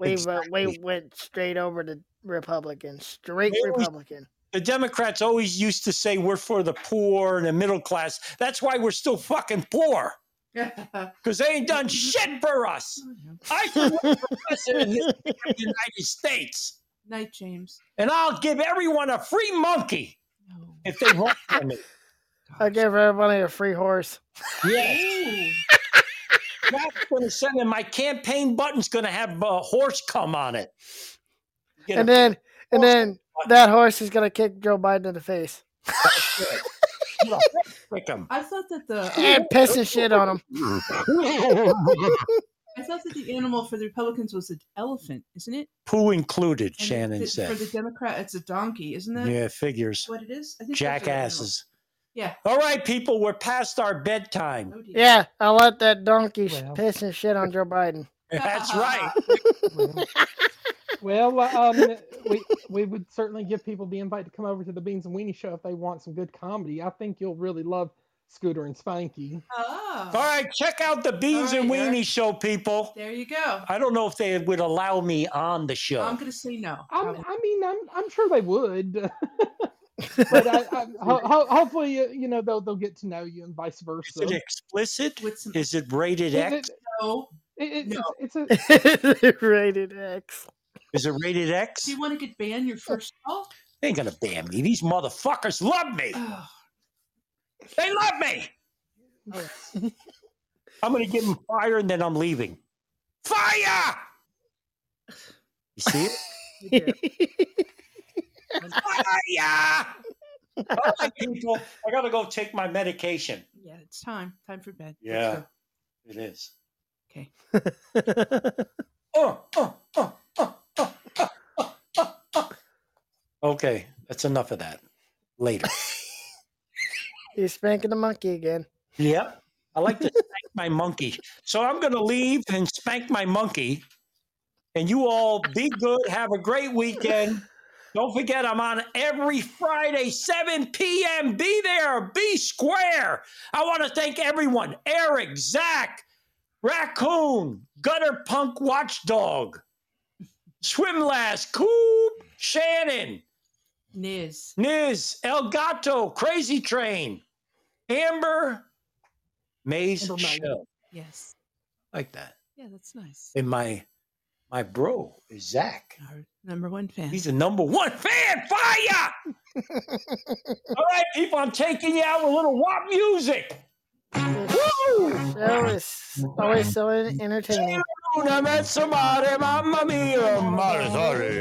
we uh, we went straight over to Republican, straight
They always- (laughs)
Republican.
The Democrats always used to say we're for the poor and the middle class. That's why we're still fucking poor.
Oh,
Because they ain't done shit for us. I can run for president in the United States.
Night, James.
And I'll give everyone a free monkey if they vote for
(laughs)
me.
I gave everybody a free horse. (laughs)
Yes. That's going to send in my campaign button's going to have a horse come on it. Get
and
a-
then and then that horse is gonna kick Joe Biden in the face
Pick 'em.
I thought that the
and piss and shit on him.
I thought that the animal for the Republicans was an elephant, isn't it?
Poo included,
And
Shannon
the-
said.
For the Democrat, it's a donkey, isn't that?
Yeah, figures.
What it is? I think that's what it is.
Jackasses.
Yeah.
All right, people, we're past our bedtime.
(laughs) Oh,
Yeah, I let that donkey sh- piss and shit on Joe Biden.
That's right.
(laughs) Well, um, we we would certainly give people the invite to come over to the Beans and Weenie show if they want some good comedy. I think you'll really love Scooter and Spanky.
Oh.
All right, check out the Beans and Weenie show, people.
There you go.
I don't know if they would allow me on the show.
I'm gonna say no.
Um,
I'm, I mean, I'm I'm sure
(laughs)
they would, but I, I, ho- ho- hopefully you, you know they'll they'll get to know you and vice versa.
Is it explicit? Is it rated
Is
X?
it-
oh,
it- it- It's, it's a
Rated X.
Is it rated X?
Do you want to get banned your first
(sighs)
call? Oh.
They ain't gonna ban me. These motherfuckers love me. they love me. I'm gonna give them fire and then I'm leaving. Fire! You see it? Fire! All right, people. I gotta go take my medication.
Yeah, it's time. Time for bed.
Yeah, it is.
Okay.
oh, oh, oh, oh, oh, oh, oh, oh. (laughs) Okay, that's enough of that. Later.
He's spanking the monkey again.
Yep. I like to spank my monkey. So I'm going to leave and spank my monkey. And you all be good. Have a great weekend. Don't forget, I'm on every Friday, 7 p.m. Be there, be square. I want to thank everyone Eric, Zach, Raccoon, Gutter Punk Watchdog, Swimlass, Coop, Shannon,
Niz.
Niz, Elgato, Crazy Train, Amber, Maze Show.
Yes.
Like that.
Yeah, that's nice.
And my my bro is Zach.
Number one fan.
He's the number one fan. Fire! All right, people, I'm taking you out with a little WAP music. Woo!
That was always so en- entertaining.
Una met somebody, mamma mia, Marzari.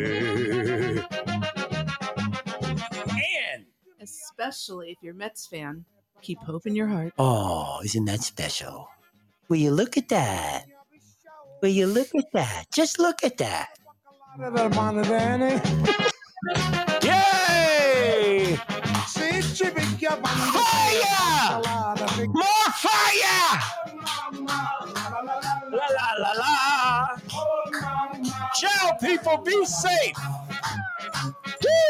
And
especially if you're a Mets fan, keep hope in your heart.
Oh, isn't that special? Will you look at that? Will you look at that? Just look at that. Yay! Fire! More fire! La la la la. Ciao, people. Be safe.